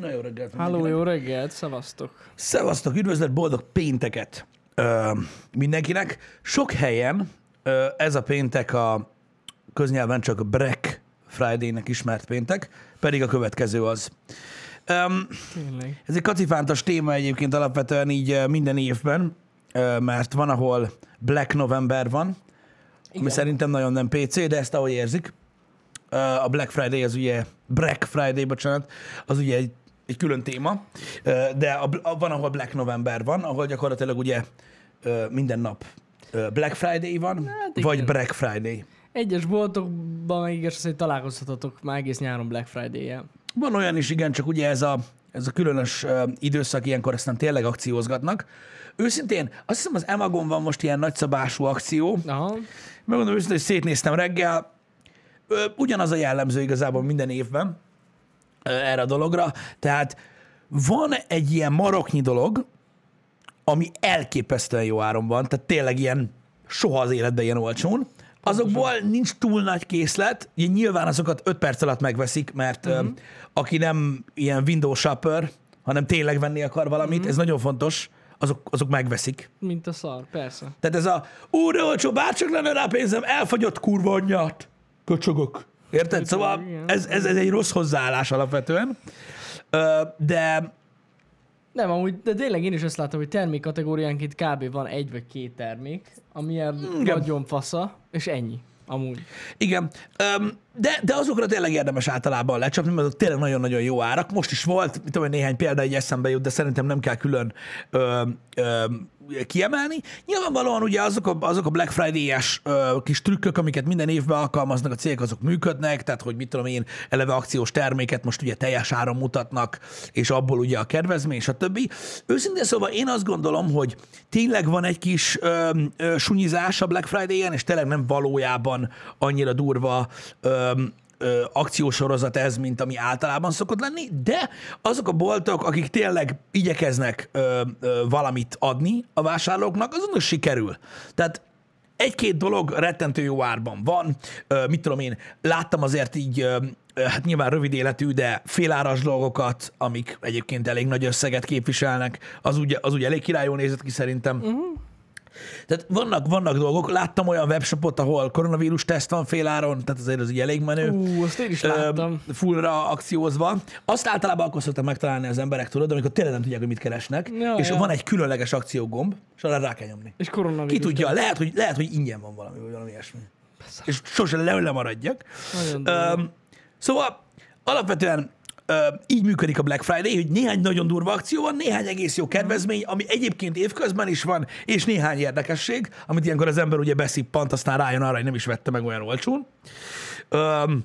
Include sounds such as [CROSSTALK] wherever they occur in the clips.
Na jó reggelt! Háló, mindenkinek. jó reggelt, szevasztok. Szevasztok, üdvözlet, boldog pénteket ö, mindenkinek. Sok helyen ö, ez a péntek a köznyelven csak Black Friday-nek ismert péntek, pedig a következő az. Öm, Tényleg. Ez egy kacifántos téma egyébként alapvetően így ö, minden évben, ö, mert van, ahol Black November van, Igen. ami szerintem nagyon nem PC, de ezt ahogy érzik. Ö, A Black Friday az ugye, Black Friday, bocsánat, az ugye egy, egy külön téma, Ö, de a, a, van, ahol Black November van, ahol gyakorlatilag ugye ö, minden nap ö, Black Friday van, Hát hát vagy igen. Black Friday. Egyes boltokban meg igaz, hogy találkozhatatok már egész nyáron Black Friday-jel. Van olyan is, igen, csak ugye ez a, ez a különös ö, időszak, ilyenkor aztán tényleg akciózgatnak. Őszintén, azt hiszem az Emagon van most ilyen nagyszabású akció. Aha. Megmondom őszintén, hogy szétnéztem reggel. Ö, ugyanaz a jellemző igazából minden évben ö, erre a dologra. Tehát van egy ilyen maroknyi dolog, ami elképesztően jó áron van, tehát tényleg ilyen soha az életben ilyen olcsón. Azokból nincs túl nagy készlet, ugye nyilván azokat 5 perc alatt megveszik, mert uh-huh. aki nem ilyen windows shopper, hanem tényleg venni akar valamit, uh-huh. ez nagyon fontos, azok, azok megveszik. Mint a szar, persze. Tehát ez a úr, de olcsó, bárcsak lenne rá pénzem, elfagyott kurva anyját. Köcsögök. Érted? Szóval igen. ez, ez, ez egy rossz hozzáállás alapvetően. Ö, De Nem, amúgy, de tényleg én is azt látom, hogy termék kategóriánként kb. van egy vagy két termék, ami ilyen Mm, nagyon fasza, és ennyi. Amúgy. igen, Öm, de, de azokra tényleg érdemes általában lecsapni, mert azok tényleg nagyon-nagyon jó árak. Most is volt, mit tudom, én, néhány példa egy eszembe jut, de szerintem nem kell külön öm, öm, kiemelni. Nyilvánvalóan ugye azok a, azok a Black Friday-es ö, kis trükkök, amiket minden évben alkalmaznak a cégek, azok működnek, tehát hogy mit tudom én, eleve akciós terméket most ugye teljes áron mutatnak, és abból ugye a kedvezmény, stb. Őszintén szóval én azt gondolom, hogy tényleg van egy kis ö, ö, sunyizás a Black Friday-en, és tényleg nem valójában annyira durva ö, ö, akciósorozat ez, mint ami általában szokott lenni, de azok a boltok, akik tényleg igyekeznek ö, ö, valamit adni a vásárlóknak, azonnak sikerül. Tehát egy-két dolog rettentő jó árban van, ö, mit tudom én, láttam azért így, ö, ö, hát nyilván rövid életű, de féláras dolgokat, amik egyébként elég nagy összeget képviselnek, az ugye, az ugye elég királyul nézett ki szerintem. Tehát vannak, vannak dolgok, láttam olyan webshopot, ahol koronavírus teszt van féláron, tehát azért az így elég menő Ú, azt én is láttam. ö, fullra akciózva. Azt általában akkor szoktak megtalálni az emberek, tudod, amikor tényleg nem tudják, hogy mit keresnek, Ja, és ja. van egy különleges akciógomb, és arra rá kell nyomni. És Ki koronavírus. tudja, lehet hogy, lehet, hogy ingyen van valami, vagy valami ilyesmi. Persze. És sose le lemaradjak. Nagyon durva. Öm, szóval alapvetően öm, így működik a Black Friday, hogy néhány nagyon durva akció van, néhány egész jó kedvezmény, ami egyébként évközben is van, és néhány érdekesség, amit ilyenkor az ember ugye beszippant, aztán rájön arra, hogy nem is vette meg olyan olcsón. Öm,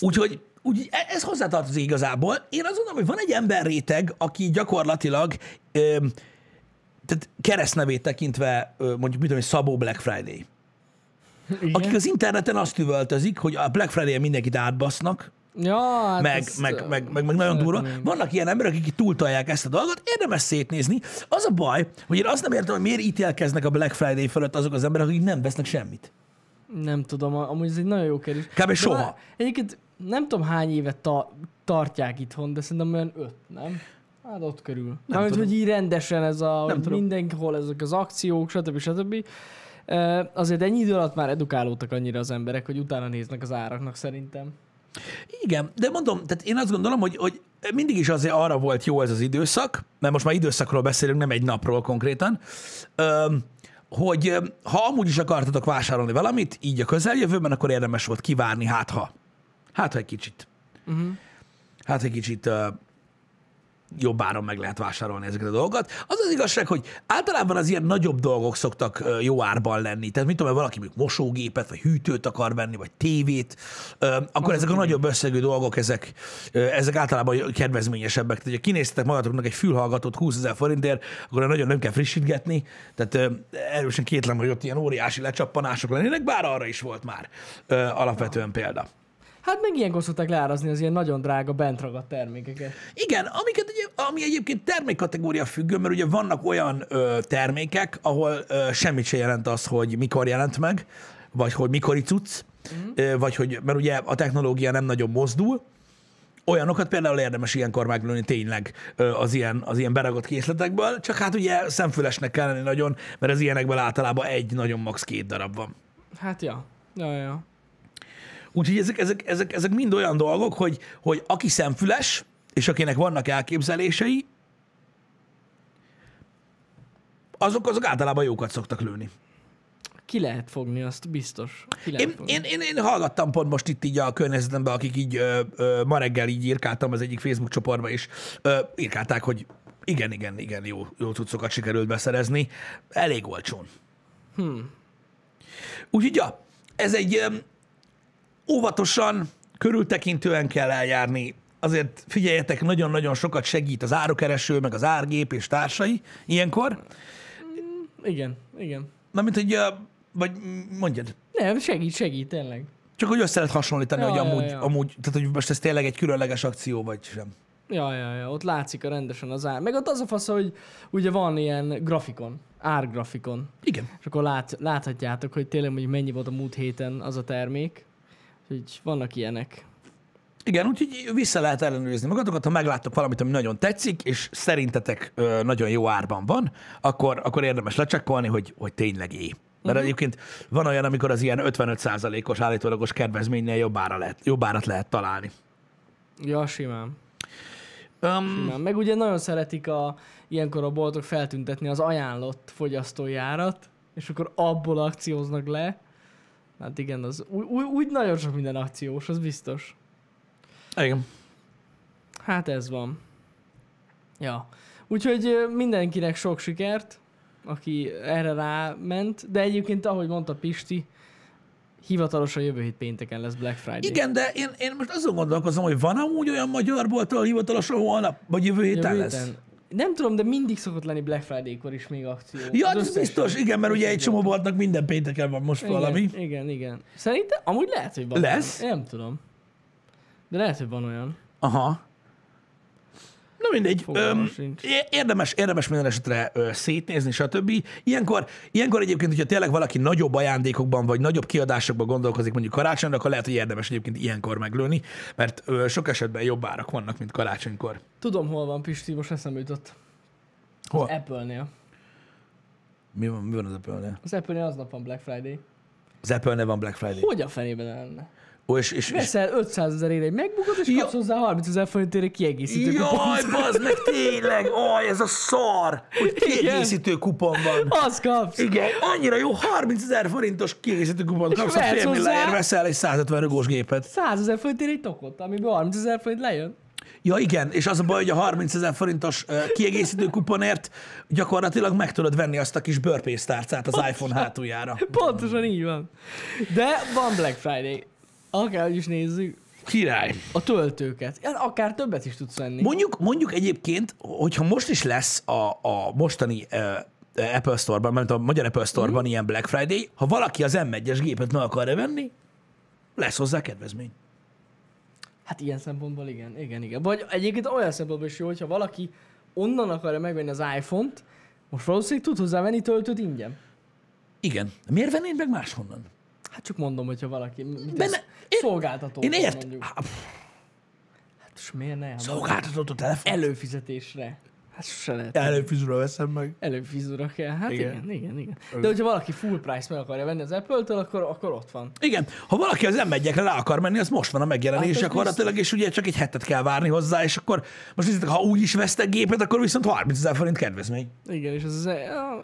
Úgyhogy úgy, e- ez hozzátartozik igazából. Én azt gondolom, hogy van egy emberréteg, aki gyakorlatilag öm, tehát keresztnevét tekintve, ö, mondjuk mit tudom, én, Szabó Black Friday. Igen. Akik az interneten azt üvöltözik, hogy a Black Friday-en mindenkit átbasznak, Ja, hát meg, ezt, meg, meg, meg, meg nagyon szeretném durva. én. Vannak ilyen emberek, akik túltalják ezt a dolgot, érdemes szétnézni. Az a baj, hogy én azt nem értem, hogy miért ítélkeznek a Black Friday fölött azok az emberek, akik nem vesznek semmit. Nem tudom, amúgy ez egy nagyon jó kérdés. Kb. De soha. már Egyébként nem tudom hány évet ta- tartják itthon, de szerintem olyan öt, nem? Hát ott körül. Nem Mármint, tudom. hogy így rendesen ez a, hogy tudom. mindenhol ezek az akciók, stb. stb. Ö, Azért ennyi idő alatt már edukálódtak annyira az emberek, hogy utána néznek az áraknak szerintem. Igen, de mondom, tehát én azt gondolom, hogy, hogy mindig is azért arra volt jó ez az időszak, mert most már időszakról beszélünk, nem egy napról konkrétan, öm, hogy öm, ha amúgy is akartatok vásárolni valamit, így a közeljövőben, akkor érdemes volt kivárni, hát ha. Hát ha egy kicsit. Uh-huh. Hát ha egy kicsit ö, jobb áron meg lehet vásárolni ezeket a dolgokat. Az az igazság, hogy általában az ilyen nagyobb dolgok szoktak ö, jó árban lenni. Tehát mit tudom, ha valaki mondjuk mosógépet, vagy hűtőt akar venni, vagy tévét, ö, akkor ezek a nagyobb összegű dolgok, ezek, ö, ezek általában kedvezményesebbek. Tehát, ha kinéztetek magatoknak egy fülhallgatót 20 ezer forintért, akkor nagyon nem kell frissítgetni. Tehát ö, erősen kétlem, hogy ott ilyen óriási lecsappanások lennének, bár arra is volt már ö, alapvetően példa. Hát meg ilyenkor szokták leárazni az ilyen nagyon drága bent ragadt termékeket. Igen, amiket egy, ami egyébként termékkategória függő, mert ugye vannak olyan ö, termékek, ahol ö, semmit se jelent az, hogy mikor jelent meg, vagy hogy mikor cucc, mm. ö, vagy hogy, mert ugye a technológia nem nagyon mozdul, olyanokat például érdemes ilyenkor meglőni tényleg ö, az ilyen, az ilyen beragott készletekből, csak hát ugye szemfülesnek kell lenni nagyon, mert az ilyenekből általában egy, nagyon max. két darab van. Hát ja. Ja, ja, ja. Úgyhogy ezek, ezek, ezek, ezek mind olyan dolgok, hogy, hogy aki szemfüles, és akinek vannak elképzelései, azok, azok általában jókat szoktak lőni. Ki lehet fogni, azt biztos. Ki lehet Én, fogni. én, én, én hallgattam pont most itt így a környezetemben, akik így ö, ö, ma reggel így írkáltam az egyik Facebook csoportba, és ö, írkálták, hogy igen, igen, igen, jó, jó cuccokat sikerült beszerezni. Elég olcsón. Hmm. Úgyhogy, ja, ez egy ö, óvatosan, körültekintően kell eljárni. Azért figyeljetek, nagyon-nagyon sokat segít az árukereső, meg az árgép és társai ilyenkor. Igen, igen. Na, mint hogy, ö, vagy mm, mondjad. Nem, segít, segít, tényleg. Csak hogy össze lehet hasonlítani, Ja, hogy ja, amúgy, ja. amúgy, tehát hogy most ez tényleg egy különleges akció, vagy sem. Ja, ja, ja, ott látszik a rendesen az ár. Meg ott az a fasz, hogy ugye van ilyen grafikon, árgrafikon, Igen. és akkor lát, láthatjátok, hogy tényleg mondjuk mennyi volt a múlt héten az a termék. Úgyhogy vannak ilyenek. Igen, úgyhogy vissza lehet ellenőrizni magatokat, ha megláttok valamit, ami nagyon tetszik, és szerintetek ö, nagyon jó árban van, akkor, akkor érdemes lecsekkolni, hogy, hogy tényleg é. Mert Mhm. uh-huh. egyébként van olyan, amikor az ilyen 55%-os állítólagos kedvezménynél jobb, ára lehet, jobb árat lehet találni. Ja, simán. Um, simán. Meg ugye nagyon szeretik a, ilyenkor a boltok feltüntetni az ajánlott fogyasztói árat, és akkor abból akcióznak le. Hát igen, az úgy, úgy, úgy nagyon sok minden akciós, az biztos. igen. Hát ez van. Ja. Úgyhogy ö, mindenkinek sok sikert, aki erre ráment, de egyébként, ahogy mondta Pisti, hivatalosan jövő hét pénteken lesz Black Friday. Igen, de én, én most azon gondolkozom, hogy van amúgy olyan magyar bolt, ahol hivatalosan holnap, vagy jövő héten Jövő lesz? héten. Nem tudom, de mindig szokott lenni Black Friday-kor is még akció. Ja, Az ez összes- biztos, igen, mert ugye egy csomó boltnak minden pénteken van most valami. Igen, igen, igen. Szerintem amúgy lehet, hogy van. Lesz? Olyan. Nem tudom. De lehet, hogy van olyan. Aha. Na mindegy. Fogalmam Öm, sincs. é- érdemes, érdemes minden esetre ö, szétnézni, stb. Ilyenkor, ilyenkor egyébként, hogyha tényleg valaki nagyobb ajándékokban, vagy nagyobb kiadásokban gondolkozik mondjuk karácsonyra, akkor lehet, hogy érdemes egyébként ilyenkor meglőni, mert ö, sok esetben jobb árak vannak, mint karácsonykor. Tudom, hol van Pisti, most eszembe jutott. Hol? Apple-nél. Mi van, mi van az Apple-nél? Az Apple-nél aznap van Black Friday. Az Apple-nél van Black Friday. Hogy a fenében lenne? Ó, és, és, és, Veszel 500 ezer ére egy megbukod, és Ja. kapsz hozzá 30 ezer forintért kiegészítő Jaj, kupont. bazd meg, tényleg! Aj, ez a szar! Hogy kiegészítő kupon van. Azt kapsz! Igen, annyira jó, 30 ezer forintos kiegészítő kupont kapsz, a vehetsz fél milliárd hozzá- veszel egy 150 rugós gépet. 100 ezer forintért egy tokot, amiből 30 ezer forint lejön. Ja igen, és az a baj, hogy a 30 ezer forintos ö, kiegészítő kuponért gyakorlatilag meg tudod venni azt a kis bőrpénztárcát az iPhone hátuljára. Pontosan így van. De van Black Friday. Akárhogy is nézzük, Király. a töltőket. Ja, Akár többet is tudsz venni. Mondjuk, mondjuk egyébként, hogyha most is lesz a, a mostani ö, ö, Apple Store-ban, mert a magyar Apple Store-ban Mhm. ilyen Black Friday, ha valaki az M1-es gépet meg akarja venni, lesz hozzá kedvezmény. Hát ilyen szempontból igen, igen, igen. Vagy egyébként olyan szempontból is jó, hogyha valaki onnan akarja megvenni az iPhone-t, most valószínűleg tud hozzávenni töltőt ingyen. Igen. Miért vennéd meg máshonnan? Hát csak mondom, hogyha valaki mit Benne- tesz, én- szolgáltató. Én Szóval értem. Mondjuk. Hát most miért ne? Szolgáltatott a telefon. Előfizetésre. Hát sose lehet. Előfizura veszem meg. Előfizura kell. Hát Igen. igen. igen, igen, igen. De hogyha valaki full price meg akarja venni az Apple-től, akkor, akkor ott van. Igen, ha valaki az m 1 rá akar menni, az most van a megjelenés Hát az gyakorlatilag, és ugye csak egy hetet kell várni hozzá, és akkor most nézzétek, ha úgy is vesztek gépet, akkor viszont 30 ezer forint kedvezmény. Igen, és az, az,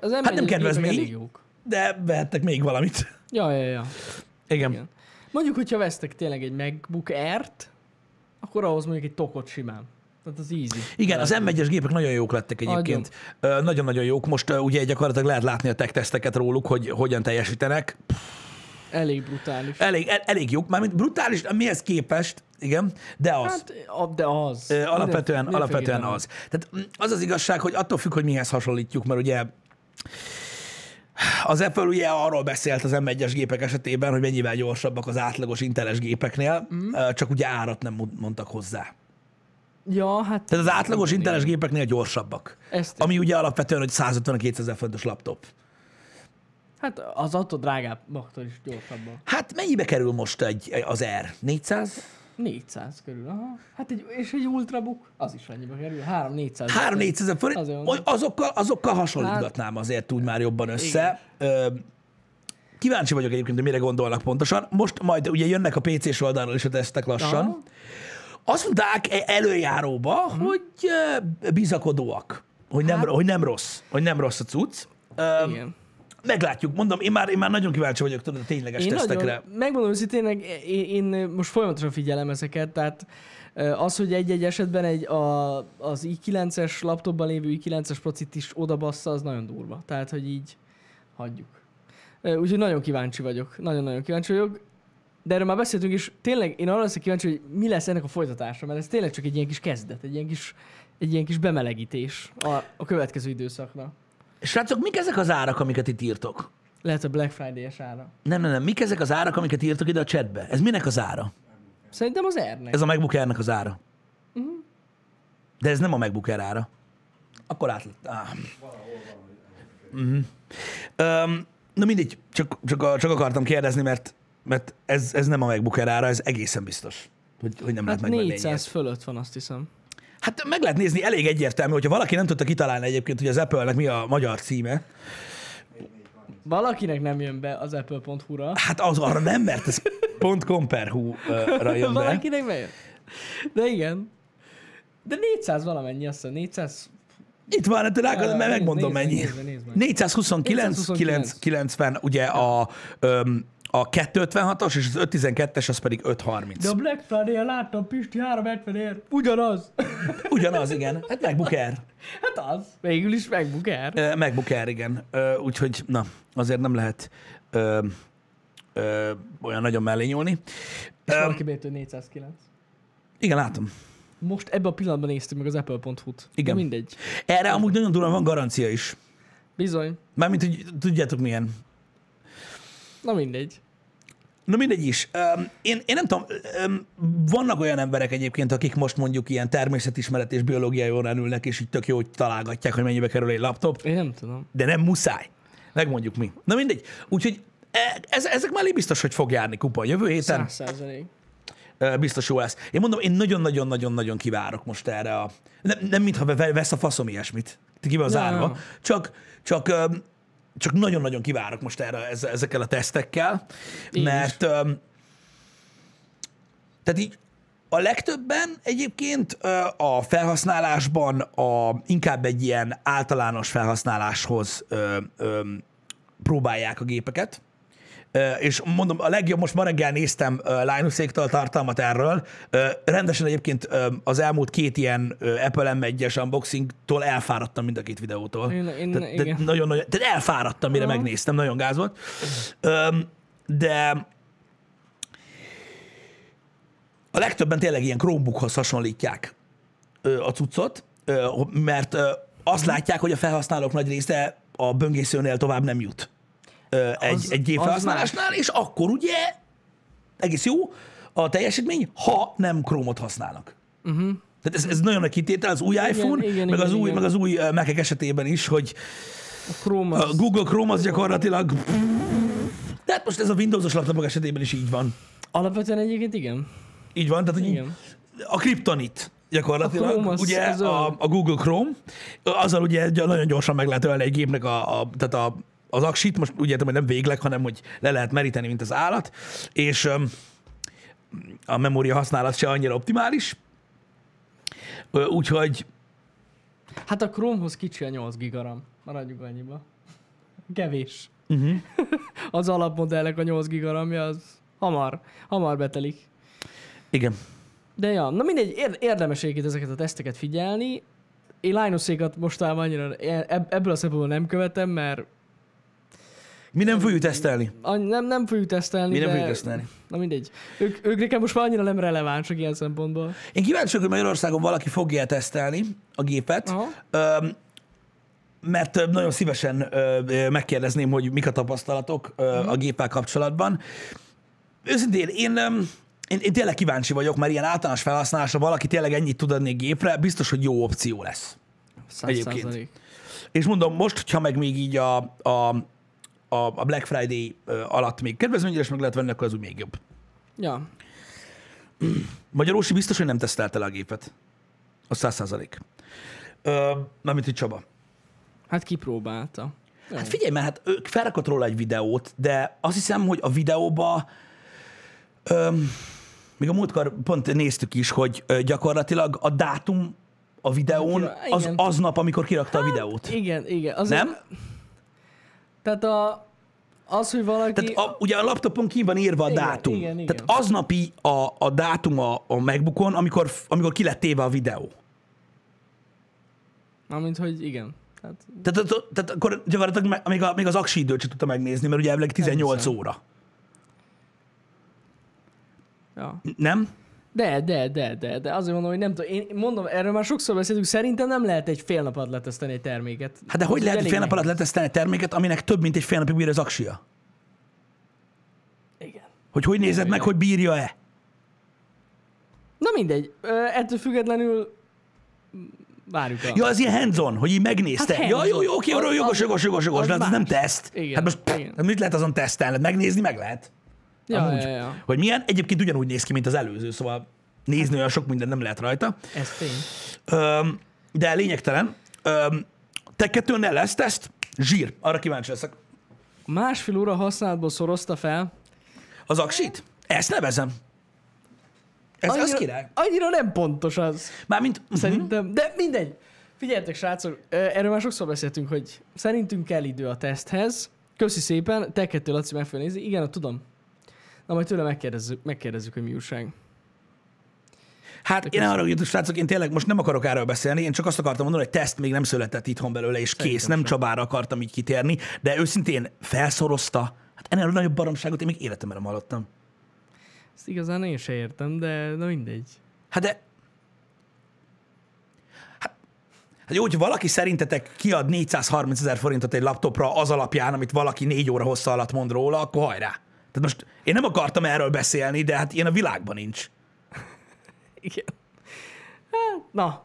az m Hát nem kedvezmény. Elég jók. De vehettek még valamit. Ja, ja, ja. Igen. Igen. Igen. Mondjuk, hogyha vesztek tényleg egy MacBook Air-t, akkor ahhoz mondjuk egy tokot simán. Tehát az easy. Igen, az M1-es gépek nagyon jók lettek egyébként. Ö, Nagyon-nagyon jók. Most ö, ugye gyakorlatilag lehet látni a tech teszteket róluk, hogy hogyan teljesítenek. Elég brutális. Elég, el, elég jók. Mármint brutális, mihez képest, igen, de az. Hát, a- de az. Ö, Alapvetően, Minden- alapvetően mindenféleképpen az. Tehát mm, az az igazság, hogy attól függ, hogy mihez hasonlítjuk, mert ugye az Apple ugye arról beszélt az M1-es gépek esetében, hogy mennyivel gyorsabbak az átlagos inteles gépeknél, Mm. ö, csak ugye árat nem mond- mondtak hozzá. Ja, hát Tehát az átlagos inteles gépeknél gyorsabbak. ezt, Ami ugye alapvetően, hogy 150-200 fontos laptop. hát az attól drágább, maktól is gyorsabban. Hát mennyibe kerül most egy, az R? 400? 400 körül, aha. Hát egy, és egy ultrabook, az is annyiba kerül, 3-400. 3-4 ezer forint, Azért mondom. azokkal, azokkal hasonlítgatnám Hát- azért úgy már jobban össze. Ö, Kíváncsi vagyok egyébként, hogy mire gondolnak pontosan. Most majd ugye jönnek a PC-s oldalról is a tesztek lassan. Aha. Azt mondták e- előjáróba, hogy ö, bizakodóak, hogy Hát- nem, hogy nem rossz, hogy nem rossz a cucc. Ö, Igen. Meglátjuk, mondom, én már, én már nagyon kíváncsi vagyok tudod, a tényleges Én tesztekre. nagyon, megmondom őszintén, én, én most folyamatosan figyelem ezeket, tehát ö, az, hogy egy-egy esetben egy a, az i9-es laptopban lévő i9-es procit is odabassza, az nagyon durva. Tehát, hogy így hagyjuk. Ö, Úgyhogy nagyon kíváncsi vagyok. Nagyon-nagyon kíváncsi vagyok. De erről már beszéltünk, és tényleg én arra leszek kíváncsi, hogy mi lesz ennek a folytatása, mert ez tényleg csak egy ilyen kis kezdet, egy ilyen kis, egy ilyen kis bemelegítés a, a következő időszakra. Srácok, mik ezek az árak, amiket itt írtok? Lehet a Black Friday-es ára. Nem, nem, nem. Mik ezek az árak, amiket írtok ide a chatbe? Ez minek az ára? Szerintem az ernek. Ez a MacBook Air-nek az ára. De ez nem a MacBook Air ára. Akkor átlett. Ah. Uh-huh. Um, na mindegy, csak, csak, a- csak akartam kérdezni, mert, mert ez, ez nem a MacBook Air ára, ez egészen biztos, hogy, hogy nem Hát lehet megvenni 400 ennyiért. fölött van, azt hiszem. Hát meg lehet nézni, elég egyértelmű, hogyha valaki nem tudta kitalálni egyébként, hogy az Apple-nek mi a magyar címe, Valakinek nem jön be az apple.hu-ra. hát az arra nem, mert ez pont komperhu-ra [LAUGHS] jön be. Valakinek bejön. De igen. De 400 valamennyi, azt hiszem. 400... Itt van, hát rákod, Ö, mert nézd, megmondom nézd meg, mennyi. nézd meg, nézd meg. 429, 429. 90, ugye a, öm, a 256-os és az 512-es, az pedig De 530. a Black Friday-en láttam Pisti 370 ér. Ugyanaz. [LAUGHS] Ugyanaz, igen. Hát MacBook Air. hát az. Végül is megbuk el. Ö, MacBook Air, igen. Ö, Úgyhogy, na, azért nem lehet ö, ö, olyan nagyon mellé nyúlni. És Ö, valaki bejött, hogy 409. Igen, látom. Most ebben a pillanatban néztük meg az apple.hu-t. De Igen. Mindegy. Erre amúgy nagyon durva van garancia is. Bizony. Mármint, hogy tudjátok milyen. Na mindegy. Na mindegy is. Öm, Én, én nem tudom, öm, vannak olyan emberek egyébként, akik most mondjuk ilyen természetismeret és biológiai órán ülnek, és így tök jó, hogy találgatják, hogy mennyibe kerül egy laptop, Én nem tudom. de nem muszáj. Megmondjuk mi. Na mindegy. Úgyhogy e- ez, ezek mellé biztos, hogy fog járni kupa a jövő héten. 100%. Ö, Biztos jó lesz. Én mondom, én nagyon-nagyon-nagyon-nagyon kivárok most erre a... Nem, nem mintha ve- vesz a faszom ilyesmit. Ki van zárva. nem. Csak, csak, öm, csak nagyon-nagyon kivárok most erre ez- ezekkel a tesztekkel, Én is. mert öm, tehát így a legtöbben egyébként ö, a felhasználásban a, inkább egy ilyen általános felhasználáshoz ö, ö, próbálják a gépeket. Ö, És mondom, a legjobb, most ma reggel néztem ö, Linuxéktől tartalmat erről. Ö, Rendesen egyébként ö, az elmúlt két ilyen ö, Apple M1-es unboxingtól elfáradtam mind a két videótól. Én- én- tehát, igen. tehát nagyon, nagyon, tehát elfáradtam, mire Aha. megnéztem, nagyon gáz volt. Öm, De a legtöbben tényleg ilyen Chromebookhoz hasonlítják ö, a cuccot, ö, mert ö, azt látják, hogy a felhasználók nagy része a böngészőnél tovább nem jut ö, egy, Az- egy gép az felhasználásnál, és akkor ugye egész jó a teljesítmény, ha nem Chrome-ot használnak. Uh-huh. Tehát ez, ez nagyon nagy kitétel, az új iPhone, igen, meg, igen, az új, igen. meg az új ö, Mac-ek esetében is, hogy A Chrome a az... Google Chrome az gyakorlatilag... Tehát most ez a Windows-os laptopok esetében is így van. Alapvetően egyébként igen. Így van, tehát hogy Igen. a kriptonit gyakorlatilag, A a Chrome az- ugye az a, olyan. a Google Chrome, azzal ugye gy- nagyon gyorsan meg lehet ölni egy gépnek a, a, tehát a, az aksit, most úgy értem, hogy nem végleg, hanem hogy le lehet meríteni, mint az állat, és öm, a memória használat se annyira optimális, Ö, úgyhogy Hát a Chromehoz kicsi a 8 gigaram. Maradjuk annyiba. Kevés. uh-huh. [LAUGHS] Az alapmodellek a 8 gigaramja az hamar, hamar betelik. igen. De ja, na mindegy, ér- érdemes egyébként ezeket a teszteket figyelni. Én Linusékat mostában annyira e-, eb- ebből a szempontból nem követem, mert Mi nem fogjuk tesztelni. any- nem, nem fogjuk tesztelni. Mi nem de... fogjuk tesztelni. Na mindegy. Ők, ők nekem most már annyira nem relevánsak ilyen szempontból. Én kíváncsi vagyok, hogy Magyarországon valaki fogja -e tesztelni a gépet, Aha. Öm, mert ö, nagyon szívesen ö, ö, megkérdezném, hogy mik a tapasztalatok ö, a géppel kapcsolatban. Őszintén, én, öm, én, én tényleg kíváncsi vagyok, mert ilyen általános felhasználásra valaki tényleg ennyit tud adni a gépre, biztos, hogy jó opció lesz. Száz Egyébként. százalék. És mondom, most, hogyha meg még így a, a, a, a Black Friday ö, alatt még kedvezményre is meg lehet venni, akkor az úgy még jobb. Ja. Magyar Ósi biztos, hogy nem tesztelte le a gépet. A száz százalék. Mármint, hogy Csaba. Hát kipróbálta. Jó. Hát figyelj, mert hát ők felrakott róla egy videót, de azt hiszem, hogy a videóba öm, még a múltkor pont néztük is, hogy ö, gyakorlatilag a dátum a videón Hát, Ja, az igen. Hát, aznap, amikor kirakta a videót. Igen, igen. Az Nem? Tehát a, az, hogy valaki... Tehát a, ugye a laptopon ki van írva a Igen, dátum. igen, igen. Tehát aznapi a, a dátum a, a MacBookon, amikor, amikor ki lett téve a videó. Mármint, hogy igen. Tehát, Tehát, tehát, tehát akkor gyakorlatilag me- még, a, még az aksi időt sem tudta megnézni, mert ugye elvileg 18 Elhiszem. óra. ja. Nem? De, de, de, de, de azért mondom, hogy nem tudom. Én mondom, erről már sokszor beszéltünk, szerintem nem lehet egy fél nap alatt leteszteni egy terméket. Hát de hogy Az lehet egy elég fél nap alatt nehéz. letesztelni egy terméket, aminek több mint egy fél napig bír az aksia? Igen. Hogy hogy nézed meg, hogy bírja-e? Na mindegy, Ö, ettől függetlenül m, várjuk a... Ja, az ilyen hands hogy így megnézte. Hát ja, hands-on. jó, jó, oké, arra Az- jogos, az- jogos, jogos, jogos, az de hát ez nem más. teszt. Igen, hát most pff, igen. mit lehet azon tesztelni? Megnézni meg lehet. ja, amúgy. ja, ja, Hogy milyen? Egyébként ugyanúgy néz ki, mint az előző, szóval nézni olyan sok minden nem lehet rajta. ez tény. Öm, de lényegtelen. Öm, te kettőn ne lesz teszt, zsír. Arra kíváncsi leszek. Másfél óra használatból szorozta fel. Az aksit? Ezt nevezem. Ez az király. annyira nem pontos az, Mármint, mhm. Szerint... szerintem. De mindegy. Figyeljetek, srácok, ö, erről már sokszor beszéltünk, hogy szerintünk kell idő a teszthez. Köszi szépen, te kettő Laci meg fog nézni. Igen, ott tudom. Na majd tőle megkérdezzük, megkérdezzük hogy mi újság. hát én arra jutok, srácok, én tényleg most nem akarok erről beszélni, én csak azt akartam mondani, hogy teszt még nem született itthon belőle, és kész, nem Csabára akartam így kitérni, de őszintén felszorozta. Hát ennél nagyobb baromságot én még életemben nem hallottam. Ezt igazán én se értem, de na mindegy. Hát de... Hát- Hát jó, hogy valaki szerintetek kiad 430 ezer forintot egy laptopra az alapján, amit valaki négy óra hossza alatt mond róla, akkor hajrá. Tehát most én nem akartam erről beszélni, de hát ilyen a világban nincs. Igen. Hát, na.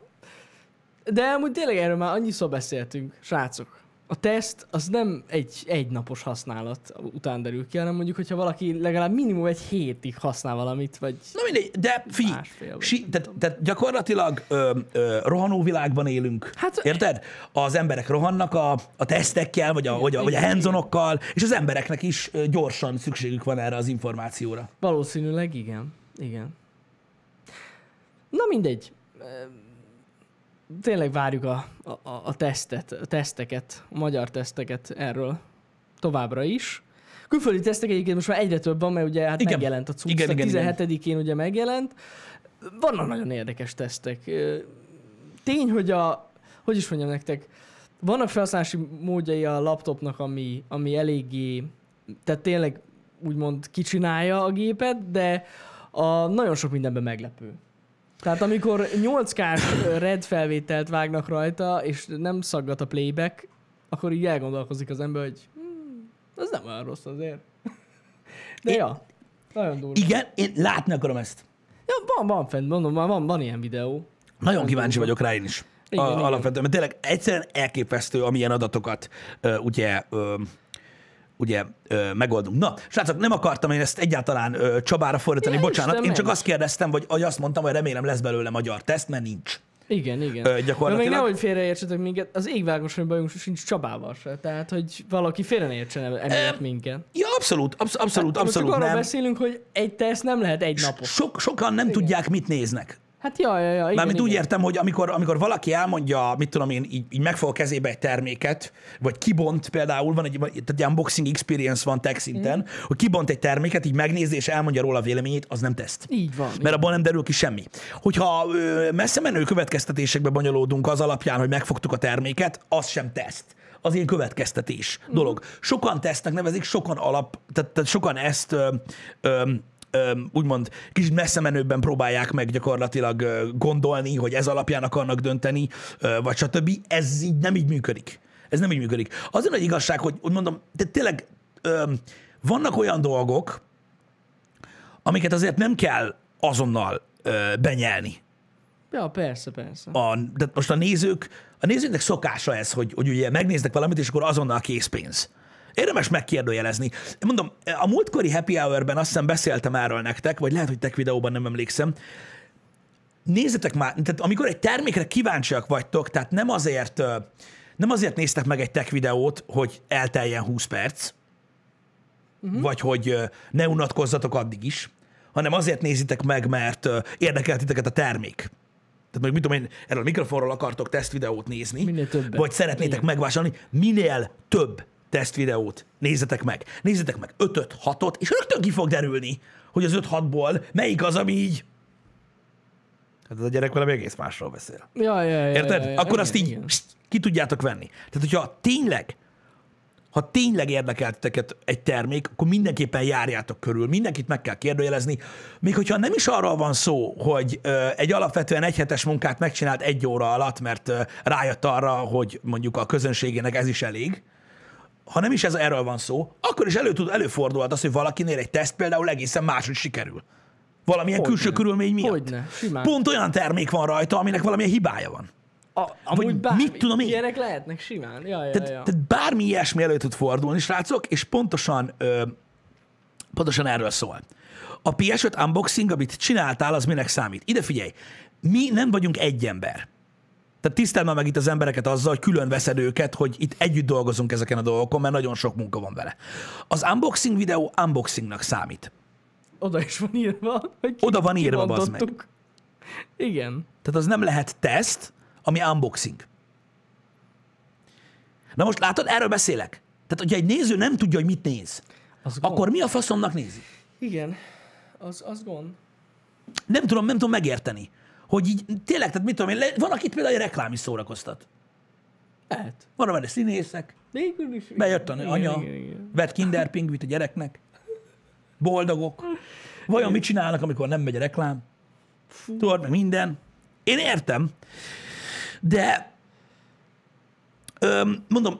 De amúgy tényleg erről már annyiszor beszéltünk, srácok. A teszt az nem egy egynapos használat után derül ki, hanem mondjuk, hogyha valaki legalább minimum egy hétig használ valamit, vagy... Na mindegy, de figyelj, Másfél vagy si, nem tehát, tehát gyakorlatilag ö, ö, rohanó világban élünk, Hát- hát, érted? Az emberek rohannak a, a tesztekkel, vagy a, vagy a, vagy a igen, hands-onokkal, és az embereknek is ö, gyorsan szükségük van erre az információra. Valószínűleg igen. Igen. Na mindegy. Ö, Tényleg várjuk a, a, a a tesztet, a teszteket, a magyar teszteket erről továbbra is. Külföldi tesztek egyébként most már egyre több van, mert ugye hát Igen. igen. megjelent a cucc, Igen, igen, igen, igen. 17-én ugye megjelent. Vannak nagyon érdekes tesztek. Ö, Tény, hogy a, hogy is mondjam nektek, vannak felhasználási módjai a laptopnak, ami, ami eléggé, tehát tényleg úgymond kicsinálja a gépet, de a nagyon sok mindenben meglepő. Tehát amikor 8K-s red felvételt vágnak rajta, és nem szaggat a playback, akkor így elgondolkozik az ember, hogy "Hmm, az nem olyan rossz azért. [LAUGHS] De Én- ja, nagyon durva. Igen, én látni akarom ezt. Ja, van, van fent, mondom, van, van, van ilyen videó. Nagyon kíváncsi vagyok rá én is. Igen, Igen, a, igen. Alapvetően, mert tényleg egyszerűen elképesztő, amilyen adatokat ö, ugye, ö, ugye ö, megoldunk. Na, srácok, nem akartam én ezt egyáltalán ö, Csabára fordítani, Ja, bocsánat. Isten én csak ments. azt kérdeztem, vagy hogy azt mondtam, hogy remélem lesz belőle magyar teszt, mert nincs. Igen, igen. Ö, gyakorlatilag- De még nehogy félreértsetek minket, az égvágosan bajunk sincs Csabával se. Tehát, hogy valaki félreértsen emiatt minket. Ja, abszolút, absz- abszolút, Most Hát, csak abszolút arról nem. beszélünk, hogy egy teszt nem lehet egy napos. Sok, sokan nem igen. tudják, mit néznek. Hát ja, ja, ja. Igen, Mármint igen. úgy értem, hogy amikor, amikor valaki elmondja, mit tudom én, így, így megfog a kezébe egy terméket, vagy kibont például, van egy, van- tehát egy unboxing experience van tech szinten, Mhm. mm. hogy kibont egy terméket, így megnézi és elmondja róla a véleményét, az nem teszt. Így van. Mert abból nem derül ki semmi. Hogyha ö, messze menő következtetésekbe bonyolódunk az alapján, hogy megfogtuk a terméket, az sem teszt. Az ilyen következtetés Mhm. dolog. Sokan tesznek nevezik, sokan alap, tehát, tehát sokan ezt ö, ö, ö, úgymond kicsit messze menőbben próbálják meg gyakorlatilag ö, gondolni, hogy ez alapján akarnak dönteni, ö, vagy stb. Ez így nem így működik. Ez nem így működik. Az a nagy igazság, hogy úgy mondom, de tényleg ö, vannak olyan dolgok, amiket azért nem kell azonnal ö, benyelni. Ja, persze, persze. A, de most a nézők, a nézőknek szokása ez, hogy, hogy ugye megnéznek valamit, és akkor azonnal készpénz. Érdemes megkérdőjelezni. Mondom, a múltkori happy hour-ben azt hiszem beszéltem erről nektek, vagy lehet, hogy tech videóban nem emlékszem. Nézzetek már, tehát amikor egy termékre kíváncsiak vagytok, tehát nem azért, ö, nem azért néztek meg egy tech videót, hogy elteljen 20 perc, Mhm. uh-huh. vagy hogy ö, ne unatkozzatok addig is, hanem azért nézitek meg, mert ö, érdekel titeket a termék. Tehát mondjuk, mit tudom én, erről a mikrofonról akartok tesztvideót nézni, Minél többet. vagy szeretnétek megvásárolni, minél több tesztvideót nézzetek meg. Nézzetek meg 5-öt, 6-ot, és rögtön ki fog derülni, hogy az 5-6-ból melyik az, ami így... Hát ez a gyerek valami egész másról beszél. Ja, ja, ja, Érted? Ja, ja, Akkor igen, azt így igen. pst, ki tudjátok venni. Tehát, hogyha tényleg, ha tényleg érdekel titeket egy termék, akkor mindenképpen járjátok körül, mindenkit meg kell kérdőjelezni, még hogyha nem is arról van szó, hogy ö, egy alapvetően egyhetes munkát megcsinált egy óra alatt, mert ö, rájött arra, hogy mondjuk a közönségének ez is elég, ha nem is ez erről van szó, akkor is elő tud, előfordulhat az, hogy valakinél egy teszt például egészen máshogy sikerül. Valamilyen Hogyne. külső körülmény miatt. Hogyne, simán. Pont olyan termék van rajta, aminek valamilyen hibája van. A, amúgy Vagy bármi, mit tudom én? Ilyenek lehetnek simán. Ja, ja, Tehát, ja. tehát bármi ilyesmi elő tud fordulni, srácok, és pontosan, ö, pontosan erről szól. A PS5 unboxing, amit csináltál, az minek számít? Ide figyelj, mi nem vagyunk egy ember. Tehát tiszteld már meg itt az embereket azzal, hogy külön veszed őket, hogy itt együtt dolgozunk ezeken a dolgokon, mert nagyon sok munka van vele. Az unboxing videó unboxingnak számít. Oda is van írva, hogy ki- Oda van írva, bazd meg. kibontottuk. Igen. Tehát az nem lehet teszt, ami unboxing. Na most látod, erről beszélek. Tehát, hogyha egy néző nem tudja, hogy mit néz, Az gond. akkor mi a faszomnak nézi? Igen. Az, az gond. Nem tudom, nem tudom megérteni. Hogy így tényleg, tehát mit tudom én, le- van, akit például egy reklám is szórakoztat. Lehet. Van, amely színészek, Végül is. bejött a nő, anya, Igen, igen, igen. vett kinder pingvit a gyereknek, boldogok. Vajon mit csinálnak, amikor nem megy a reklám? Tudod, meg minden. Én értem, de öm, mondom,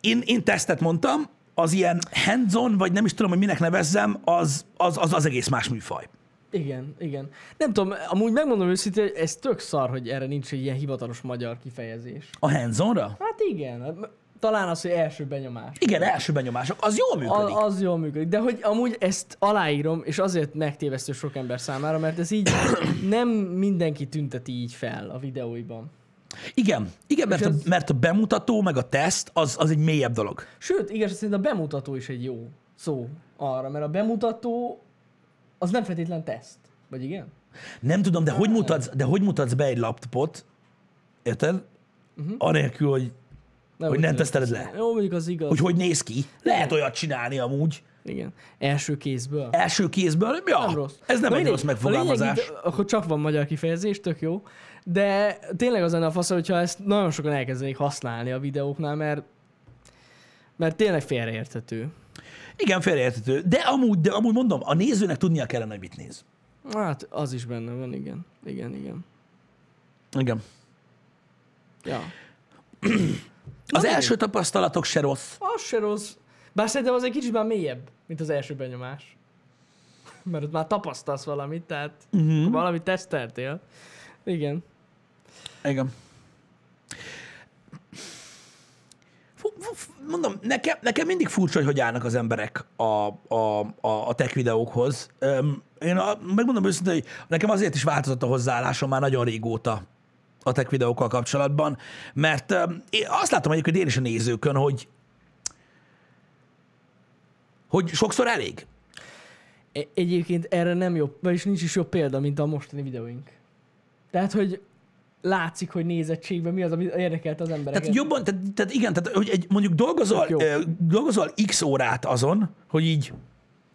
én, én tesztet mondtam, az ilyen hands vagy nem is tudom, hogy minek nevezzem, az az, az, az egész más műfaj. igen, igen. Nem tudom, amúgy megmondom őszintén, hogy ez tök szar, hogy erre nincs egy ilyen hivatalos magyar kifejezés. A hands Hát igen. Talán az, hogy első benyomás. Igen, első benyomások, az jól működik. A, az jól működik. De hogy amúgy ezt aláírom, és azért megtévesztő sok ember számára, mert ez [COUGHS] így nem mindenki tünteti így fel a videóiban. Igen, igen mert, az- a, mert a bemutató meg a teszt az, az egy mélyebb dolog. Sőt, igaz, szerint a bemutató is egy jó szó arra, mert a bemutató az nem feltétlen teszt. Vagy igen? Nem tudom, de hogy mutatsz, de hogy mutatsz be egy laptopot, érted? Mhm. Uh-huh. Anélkül, hogy Na, Hogy úgy nem tudom. teszteled le. Jó, mondjuk az igaz. hogy hogy néz ki. Lehet olyat csinálni amúgy. Igen. Első kézből. Első kézből, ja, Nem rossz. Ah, ez nem Na egy mindegy. rossz A megfogalmazás. lényeg itt, akkor csak van magyar kifejezés, tök jó. De tényleg az lenne a fasz, hogyha ezt nagyon sokan elkezdenék használni a videóknál, mert, mert tényleg félreérthető. Igen, félreérthető. De amúgy, de amúgy mondom, a nézőnek tudnia kellene, hogy mit néz. Hát az is benne van, igen. Igen, igen. Igen. Ja. Az első tapasztalatok se rossz. Az se rossz. Bár szerintem az egy kicsit már mélyebb, mint az első benyomás. Mert ott már tapasztalsz valamit, tehát uh-huh. Mhm. valamit teszteltél. Igen. Igen. Fu- fu- fu- Mondom, nekem, nekem mindig furcsa, hogy hogy állnak az emberek a, a, a, a tech videókhoz. Öm, Én a, megmondom őszintén, hogy nekem azért is változott a hozzáállásom már nagyon régóta a tech videókkal kapcsolatban, mert öm, én azt látom egyébként én is a nézőkön, hogy hogy sokszor elég. E- Egyébként erre nem jobb, vagyis nincs is jobb példa, mint a mostani videóink. Tehát, hogy látszik, hogy nézettségben mi az, ami érdekelt az embereket. Tehát jobban, tehát, tehát igen, tehát hogy egy, mondjuk dolgozol, Tök jó. ö, dolgozol x órát azon, hogy így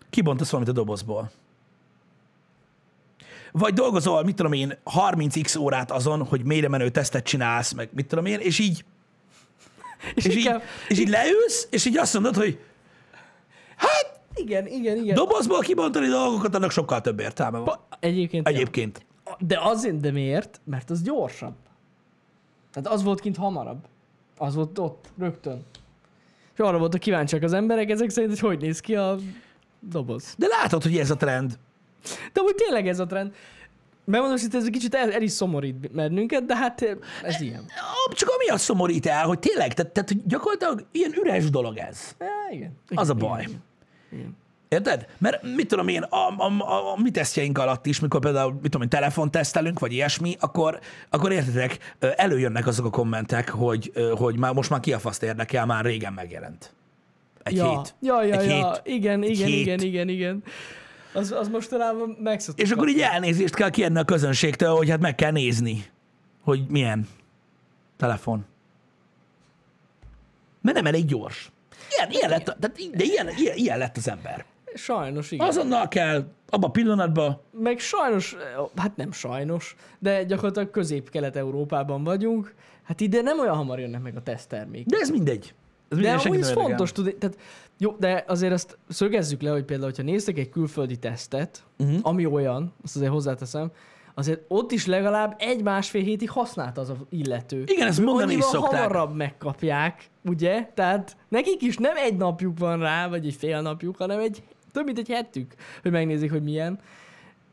kibontasz valamit a dobozból. Vagy dolgozol, mit tudom én, 30x órát azon, hogy mélyre menő tesztet csinálsz, meg mit tudom én, és így, [LAUGHS] és és így, inkább- és így leülsz, és így azt mondod, hogy hát Igen, igen, igen. dobozból kibontani dolgokat, annak sokkal több értelme van. Egyébként, Egyéb... Egyébként. de azért, de miért? Mert az gyorsabb. Tehát az volt kint hamarabb. Az volt ott, rögtön. És arra voltak kíváncsiak az emberek ezek szerint, hogy hogy néz ki a doboz. De látod, hogy ez a trend. De úgy tényleg ez a trend. Megmondom, hogy ez egy kicsit el, el is szomorít bennünket, de hát ez ilyen. Ó, Csak amiatt szomorít el, hogy tényleg, tehát, tehát hogy gyakorlatilag ilyen üres dolog ez. Á, igen. Az a baj. Érted? Mert mit tudom én, a, a, a, a mi tesztjeink alatt is, mikor például, mit tudom én, telefon tesztelünk, vagy ilyesmi, akkor, akkor értedek, ö, előjönnek azok a kommentek, hogy, ö, hogy már most már ki a faszt érdekel, már régen megjelent. Egy ja. hét. Ja, ja, Egy ja. hét. Igen, igen, hét. igen, igen, igen. Az, az mostanában megszoktuk. És akkor így elnézést kell kérni a közönségtől, hogy hát meg kell nézni, hogy milyen telefon. Mert nem elég gyors. Ilyen, ilyen lett, a- tehát, í- de ilyen, ilyen, ilyen lett az ember. Sajnos, igen. Azonnal kell, abba a pillanatban, Meg sajnos, hát nem sajnos, de gyakorlatilag közép-kelet-európában vagyunk. Hát ide nem olyan hamar jönnek meg a teszttermék. de ez mindegy. Ez De mindegy, amúgy senkit ez nem érdekel. fontos tudni. Tehát, jó, de azért ezt szögezzük le, hogy például, hogyha néztek egy külföldi tesztet, Mhm. uh-huh. ami olyan, azt azért hozzáteszem, azért ott is legalább egy-másfél hétig használta az a illető. Igen, ezt mondani is Annyival szokták. hamarabb megkapják, ugye? Tehát nekik is nem egy napjuk van rá, vagy egy fél napjuk, hanem egy több mint egy hetük, hogy megnézik, hogy milyen.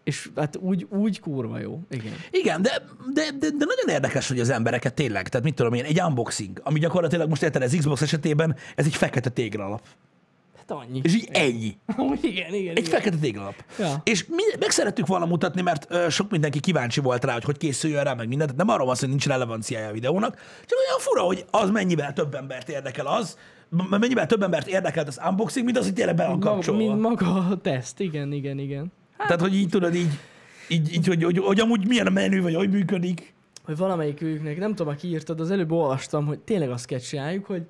És hát úgy, úgy kurva jó. Igen. Igen, de, de, de, de nagyon érdekes, hogy az embereket tényleg, tehát mit tudom én, egy unboxing, ami gyakorlatilag most érted, az Xbox esetében ez egy fekete téglalap. Hát annyi. És így ennyi. Amúgy [LAUGHS] igen, igen, Egy igen. fekete téglalap. Ja. És mi, meg szerettük volna mutatni, mert ö, sok mindenki kíváncsi volt rá, hogy hogy készüljön rá, meg mindent. Tehát Nem arról van szó, hogy nincs relevanciája a videónak, csak olyan fura, hogy az mennyivel több embert érdekel az, m- mennyivel több embert érdekelt az unboxing, mint az, hogy tényleg be van Maga, kapcsolva. mint maga a teszt, igen, igen, igen. Hát, Tehát, hogy így tudod, így, így, így hogy, hogy, hogy, amúgy milyen a menü, vagy hogy működik. hogy valamelyikőjüknek, nem tudom, aki írtad, az előbb olvastam, hogy tényleg azt kell csináljuk, hogy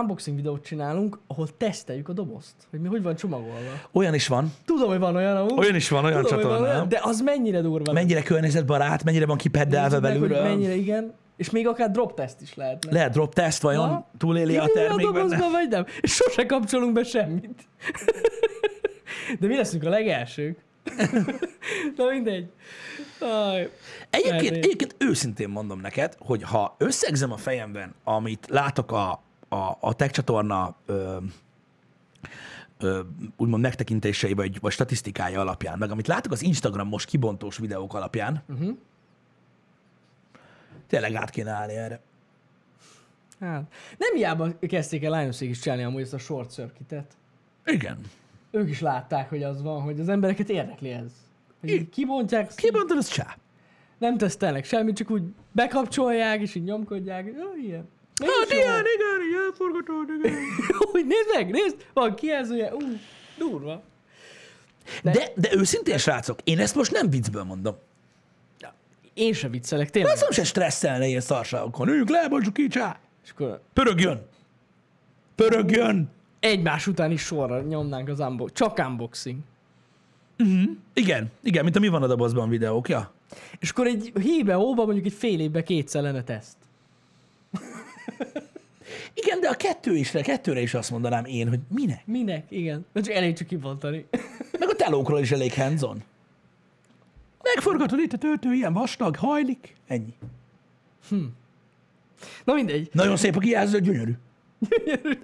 unboxing videót csinálunk, ahol teszteljük a dobozt, hogy mi hogy van csomagolva. Olyan is van. Tudom, hogy van olyan, amúgy. Olyan is van, olyan Tudom, hogy csatorna, van olyan, nem? de az mennyire durva. Mennyire környezetbarát, mennyire van kipeddelve Nézzük meg, belülről. Hogy mennyire, igen. És még akár drop test is lehetne. Lehet drop test, vajon Na? túléli a Kinyílik termék benne? dobozba, vagy nem? És sose kapcsolunk be semmit. de mi leszünk a legelsők? Na mindegy. Aj. Egyébként, Elnéz. egyébként őszintén mondom neked, hogy ha összegzem a fejemben, amit látok a, a, a tech csatorna ö, ö, úgymond megtekintései vagy, vagy statisztikája alapján, meg amit látok az Instagram most kibontós videók alapján, uh-huh. tényleg át kéne állni erre. Hát. Nem hiába kezdték el Lionszék is csinálni amúgy ezt a short circuitet. Igen. Ők is látták, hogy az van, hogy az embereket érdekli ez. Hogy így kibontják, azt Kibontod, az csá. nem tesztelnek semmit, csak úgy bekapcsolják, és így nyomkodják. és, Ó, ilyen. Hát ilyen, igen, ilyen forgatód, igen. [LAUGHS] Úgy nézd meg, nézd, van kijelzője, ú, durva. De, de őszintén, srácok, én ezt most nem viccből mondom. Én se viccelek, tényleg. Azt nem se stresszelne ilyen szarságokon. Üljünk le, bontsuk ki, csá. És akkor Pörögjön. Pörögjön. egymás után is sorra nyomnánk az unboxing. Csak unboxing. Igen, igen, mint a mi van a dobozban videók, ja. És akkor egy híbe, óba mondjuk egy fél évbe kétszer lenne teszt. Igen, de a kettő is, a kettőre is azt mondanám én, hogy minek. Minek? Igen. De csak elég csak kibontani. [LAUGHS] Meg a telókról is elég hands Megforgatod itt a töltő, ilyen vastag, hajlik, ennyi. Na mindegy. Nagyon szép a kijelző, gyönyörű.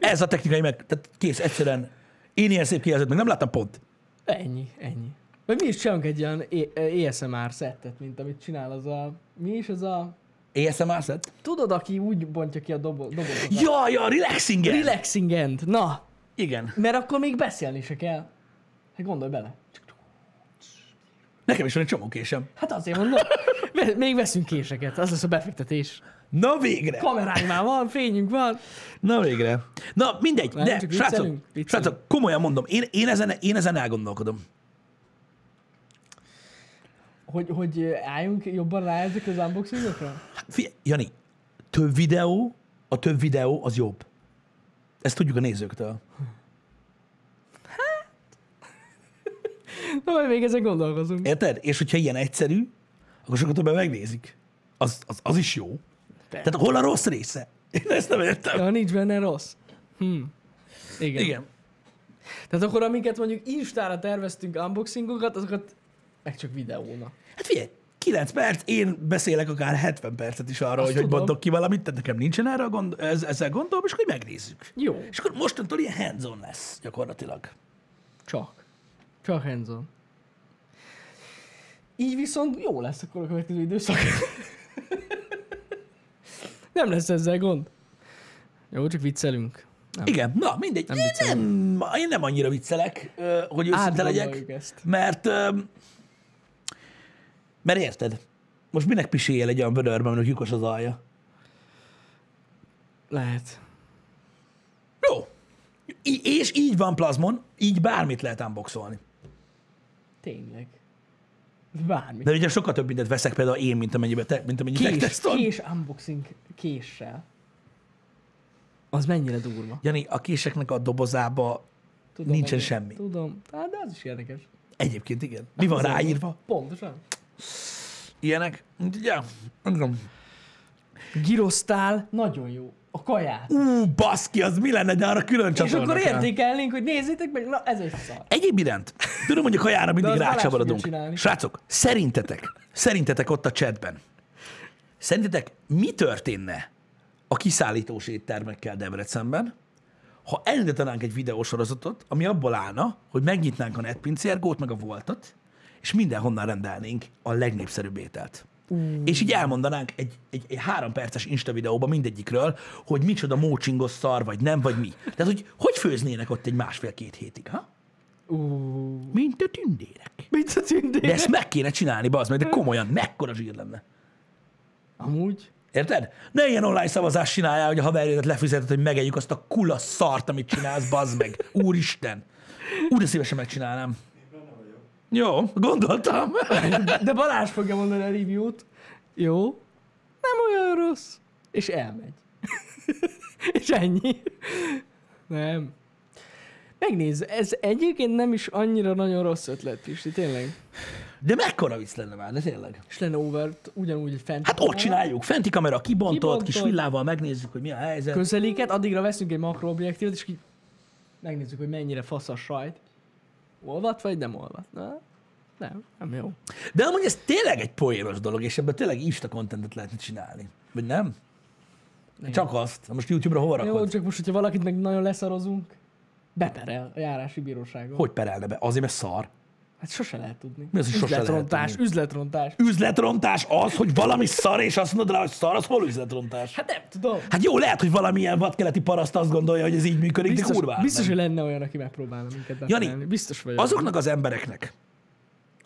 Ez a technikai meg, tehát kész, egyszerűen. Én ilyen szép kijelzőt még nem láttam pont. Ennyi, ennyi. Vagy mi is csinálunk egy olyan E- ASMR szettet, mint amit csinál az a... Mi is az a... ASMR szett? Tudod, aki úgy bontja ki a dobo- dobozokat? Ja, ja, relaxing Relaxing end. Na, Igen. mert akkor még beszélni se kell. Hát gondolj bele. Nekem is van egy csomó késem. Hát azért mondom. [LAUGHS] Ve- Még veszünk késeket, az lesz a befektetés. Na végre! Kameránk már van, fényünk van. Na végre. Na mindegy, Nem, de csak srácok, viccelünk, viccelünk. srácok, komolyan mondom, én, én, ezen, én ezen elgondolkodom. Hogy, hogy álljunk jobban rá ezekre az unboxingokra? Hát Figyelj, Jani, több videó, a több videó az jobb. Ezt tudjuk a nézőktől. Na, majd még ezen gondolkozunk. Érted? És hogyha ilyen egyszerű, akkor sokat többen megnézik. Az, az, az is jó. Tehát hol a rossz része? Én ezt nem értem. Ja, nincs benne rossz. Hm. Igen. Igen. Tehát akkor amiket mondjuk Instára terveztünk unboxingokat, azokat meg csak videóna. Hát figyelj, 9 perc, én beszélek akár 70 percet is arra, hogy hogy tudom. mondok ki valamit, tehát nekem nincsen erre a gond, ez, ezzel gondolom, és hogy megnézzük. Jó. És akkor mostantól ilyen hands lesz gyakorlatilag. Csak. Csak hands Így viszont jó lesz akkor a következő időszak. [LAUGHS] Nem lesz ezzel gond. Jó, csak viccelünk. Nem. Igen, na mindegy. Nem Nem én, viccelek. nem, én nem annyira viccelek, ö, hogy őszinte Átgondoljuk legyek, ezt. mert, ö, mert érted, most minek piséljél egy olyan vödörben, hogy lyukos az alja? Lehet. Jó. I- és így van plazmon, így bármit lehet unboxolni. Tényleg. Bármi. De ugye sokkal több mindent veszek például én, mint amennyibe te, mint amennyi Kés, megtesztol. kés unboxing késsel. Az mennyire durva. Jani, a késeknek a dobozába Tudom, Nincsen igen. semmi. Tudom. Hát, de az is érdekes. egyébként igen. Mi van Az az- ráírva? Pontosan. Ilyenek? Ja, igen. Girosztál nagyon jó. A kaját. Ú, baszki, az mi lenne, de arra külön És csatorna akkor kell. értékelnénk, hogy nézzétek meg, na ez egy szar. Egyéb iránt, tudom, hogy a kajára mindig az Balázs rácsavarodunk. fogja csinálni. Srácok, szerintetek, szerintetek ott a chatben, szerintetek mi történne a kiszállítós éttermekkel Debrecenben, ha elindítanánk egy videósorozatot, ami abból állna, hogy megnyitnánk a netpincérgót, meg a voltat, és mindenhonnan rendelnénk a legnépszerűbb ételt. Mm. És így elmondanánk egy, egy, egy három perces Insta videóban mindegyikről, hogy micsoda mócsingos szar, vagy nem, vagy mi. Tehát, hogy hogy főznének ott egy másfél-két hétig, ha? Ú, Mint a tündérek. Mit De a tündér? ezt meg kéne csinálni, bazd meg, de komolyan, mekkora zsír lenne. Amúgy? Érted? Ne ilyen online szavazást csináljál, hogy a haverjaidat lefizeted, hogy megegyük azt a kula szart, amit csinálsz, bazd meg. Úristen. Úgy szívesen megcsinálnám. Jó, gondoltam. De Balázs fogja mondani a review-t. Jó. Nem olyan rossz. És elmegy. [LAUGHS] És ennyi. Nem. Megnézz, ez egyébként nem is annyira nagyon rossz ötlet, Pisti, tényleg. De mekkora vicc lenne már, de tényleg. És lenne overt ugyanúgy fent. Hát ott csináljuk, fenti kamera kibontott, Kibontott. kis villával megnézzük, hogy mi a helyzet. Közeléket, addigra veszünk egy makroobjektívet, és így megnézzük, hogy mennyire fasz a sajt. Olvat vagy nem olvat? Na, nem, nem jó. De amúgy ez tényleg egy poénos dolog, és ebben tényleg Insta contentet lehetne csinálni. Vagy nem? Csak azt. Na Most YouTube-ra hova Jó, rakod? csak most, hogyha valakit meg nagyon leszarozunk, beperel a járási bíróságon. Hogy perelne be? Azért, mert szar. Hát sose lehet tudni. Mi az, hogy sose lehet üzletrontás, tudni? üzletrontás. üzletrontás az, hogy valami szar, és azt mondod rá, hogy szar, az hol üzletrontás? Hát nem tudom. Hát jó, lehet, hogy valamilyen vadkeleti paraszt azt gondolja, hogy ez így működik, de Biztos, kurvára biztos nem. hogy lenne olyan, aki megpróbálna minket Jani, beperelni. Biztos vagyok. Azoknak az embereknek,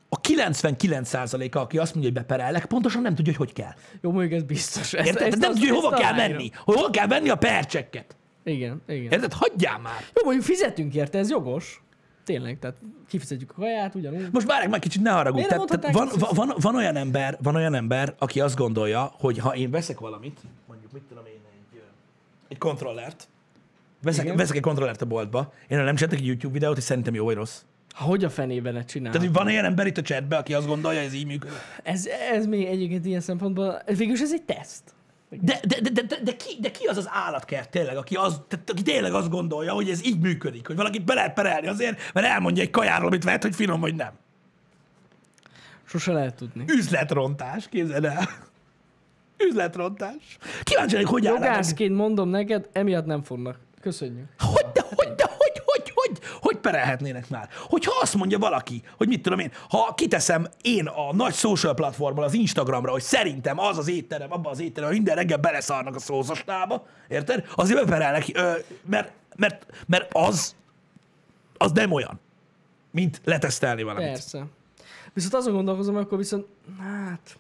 a 99%-a, aki azt mondja, hogy beperellek, pontosan nem tudja, hogy hogy kell. Jó, mondjuk ez biztos. Ez, Érted? Tehát nem azt- tudja, hogy hova ezt kell aláírom. menni. Hogy hol kell venni a percsekket. Igen, igen. Érted? Hagyjál már. Jó, mondjuk fizetünk érte, ez jogos. Tényleg, tehát kifizetjük a kaját, ugyanúgy. Most várják már kicsit, ne haragudj. Miért Tehát, nem tehát van, mondhatnánk van, van, van, olyan ember, van olyan ember, aki azt gondolja, hogy ha én veszek valamit, mondjuk mit tudom én, egy, ö, egy kontrollert, veszek, Igen. veszek egy kontrollert a boltba, én nem csináltak egy YouTube videót, és szerintem jó vagy rossz. Ha hogy a fenében ne csinál? Tehát, hogy van olyan ember itt a chatben, aki azt gondolja, ez így működik. Ez, ez még egyébként ilyen szempontból, végülis ez egy teszt. De, de, de, de, de, ki, de ki az az állatkert tényleg, aki, az, tehát, aki tényleg azt gondolja, hogy ez így működik, hogy valakit be lehet perelni azért, mert elmondja egy kajáról, amit vett, hogy finom vagy nem. Sose lehet tudni. Üzletrontás, képzeld el. Üzletrontás. Kíváncsi vagyok, hogy állnak. ezek. Jogászként mondom neked, emiatt nem fognak. Köszönjük. Hogy, de, hogy, de, hogy, hogy, hogy, hogy perelhetnének már? Hogyha azt mondja valaki, hogy mit tudom én, ha kiteszem én a nagy social platformon, az Instagramra, hogy szerintem az az étterem, abban az étterem, minden reggel beleszarnak a szózostába, érted? Azért beperelnek, ö, mert, mert, mert az, az nem olyan, mint letesztelni valamit. Persze. Viszont azon gondolkozom, hogy akkor viszont, hát,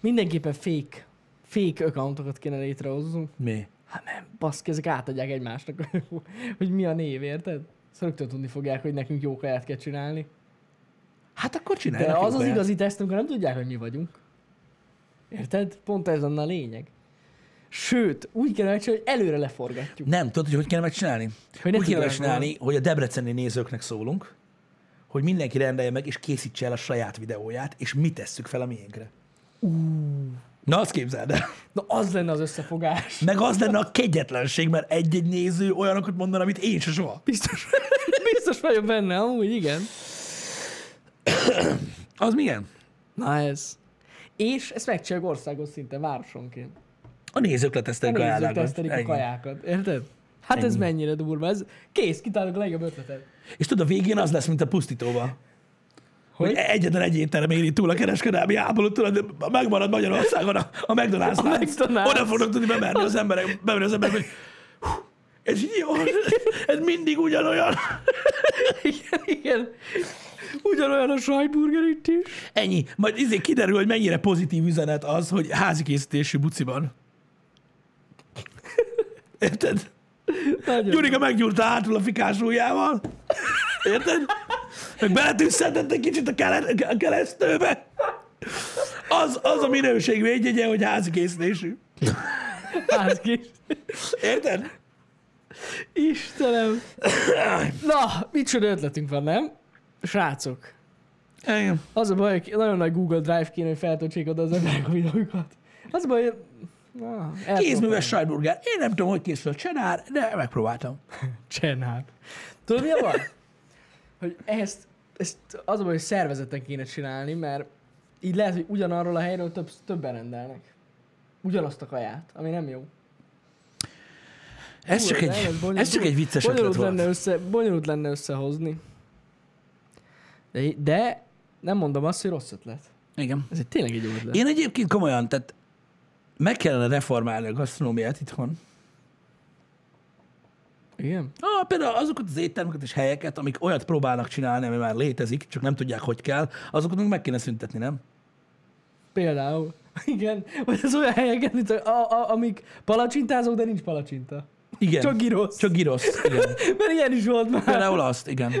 mindenképpen fake, fake accountokat kéne létrehoznunk. Mi? Hát nem, baszki, ezek átadják egymásnak, [LAUGHS] hogy mi a név, érted? Szóval rögtön tudni fogják, hogy nekünk jó kaját kell csinálni. Hát akkor De csinálják. az az jól. igazi teszt, amikor nem tudják, hogy mi vagyunk. Érted? Pont ez lenne a lényeg. Sőt, úgy kell megcsinálni, hogy előre leforgatjuk. Nem, tudod, hogy hogy kéne megcsinálni? Hogy ne Hogy úgy kéne tudják megcsinálni, hogy a debreceni nézőknek szólunk, hogy mindenki rendelje meg, és készítse el a saját videóját, és mi tesszük fel a miénkre. Na, azt képzeld el. Na az lenne az összefogás. [LAUGHS] Meg az lenne a kegyetlenség, mert egy-egy néző olyanokat mondana, amit én se soha. Biztos, [LAUGHS] biztos vagyok benne, amúgy igen. Az milyen? Na ez. És ezt megcsináljuk országos szinten, városonként. A nézők letesztelik a Nézzük, állágot. tesztelik a Ennyi. kajákat, érted? Hát ez Ennyi. mennyire durva, ez kész, kitálok a legjobb ötletet. [LAUGHS] És tudod, a végén az lesz, mint a pusztítóban. hogy Hogy? egyetlen egy étterem éri túl a kereskedelmi háborút, tudod, de megmarad Magyarországon a, a McDonald's. A lánc. McDonald's. Oda fognak tudni bemenni az emberek, bemenni az emberek, hogy hú, ez így jó, ez mindig ugyanolyan. Igen, igen. Ugyanolyan a sajtburger itt is. Ennyi. Majd izé kiderül, hogy mennyire pozitív üzenet az, hogy házi készítésű buciban. Érted? Nagyon. Gyurika meggyúrta hátul a fikás ujjával. Érted? Meg beletűszedett egy kicsit a, kele- a keresztőbe. Az, az a minőség védjegye, hogy házi készítésű. Házkés. Érted? Istenem. Na, micsoda ötletünk van, nem? Srácok. Igen. Az a baj, hogy nagyon nagy Google Drive kéne, hogy feltöltsék oda az emberek a videókat. Az a baj, hogy... Na, Kézműves sajtburger. Én nem tudom, hogy készül a csenár, de megpróbáltam. Csenál. hát. Tudod, mi a baj? Hogy ezt, ezt az a baj, hogy szervezeten kéne csinálni, mert így lehet, hogy ugyanarról a helyről több, többen rendelnek. Ugyanazt a kaját, ami nem jó. Ez Hú, csak ez nagyon egy, bonyolult- ez csak egy vicces ötlet bonyolult lenne, volt. össze, bonyolult lenne összehozni. De, de nem mondom azt, hogy rossz ötlet. Igen. Ez egy tényleg egy jó ötlet. Én egyébként komolyan, tehát meg kellene reformálni a gasztronómiát itthon. Igen? Ah, például azokat az éttermeket és helyeket, amik olyat próbálnak csinálni, ami már létezik, csak nem tudják, hogy kell, azokat meg kéne szüntetni, nem? Például. [LAUGHS] Igen, vagy az olyan helyeken, mint a, a, a, amik palacsintázók, de nincs palacsinta. Igen. Csak gyrosz. Csak gyrosz. Igen. [LAUGHS] Mert ilyen is volt már. Például azt, igen.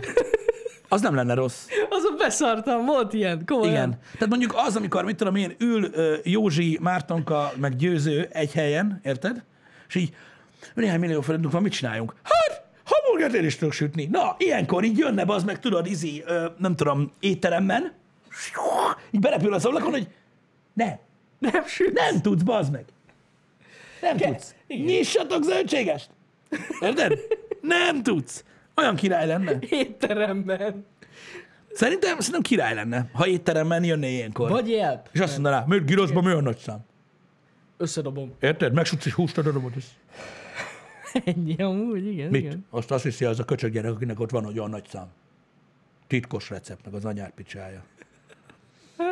Az nem lenne rossz. Azon beszartam, volt ilyen, komolyan. Igen. Tehát mondjuk az, amikor, mit tudom én, ül ö, Józsi, Mártonka, meg Győző egy helyen, érted? És így, néhány millió forintunk van, mit csináljunk? Hát, hamburgert én is tudok sütni. Na, ilyenkor így jönne, az meg tudod, izi, ö, nem tudom, étteremben, így berepül az ablakon, hogy nem, Nem süt. nem tudsz, bazd meg. Nem tudsz. igen. Nyissatok zöldségest. Érted? Nem tudsz. Olyan király lenne. Étteremben. Szerintem, szerintem király lenne, ha étteremben jönné ilyenkor. Vagy jelp. És azt mondaná, miért giroszban mi olyan nagy szám? Összedobom. Érted? Megsutsz és húst a darabot, és Ennyi amúgy, igen, mit? igen. Azt azt hiszi az a köcsög gyerek, akinek ott van, hogy olyan nagy szám. Titkos recept, meg az anyád picsája.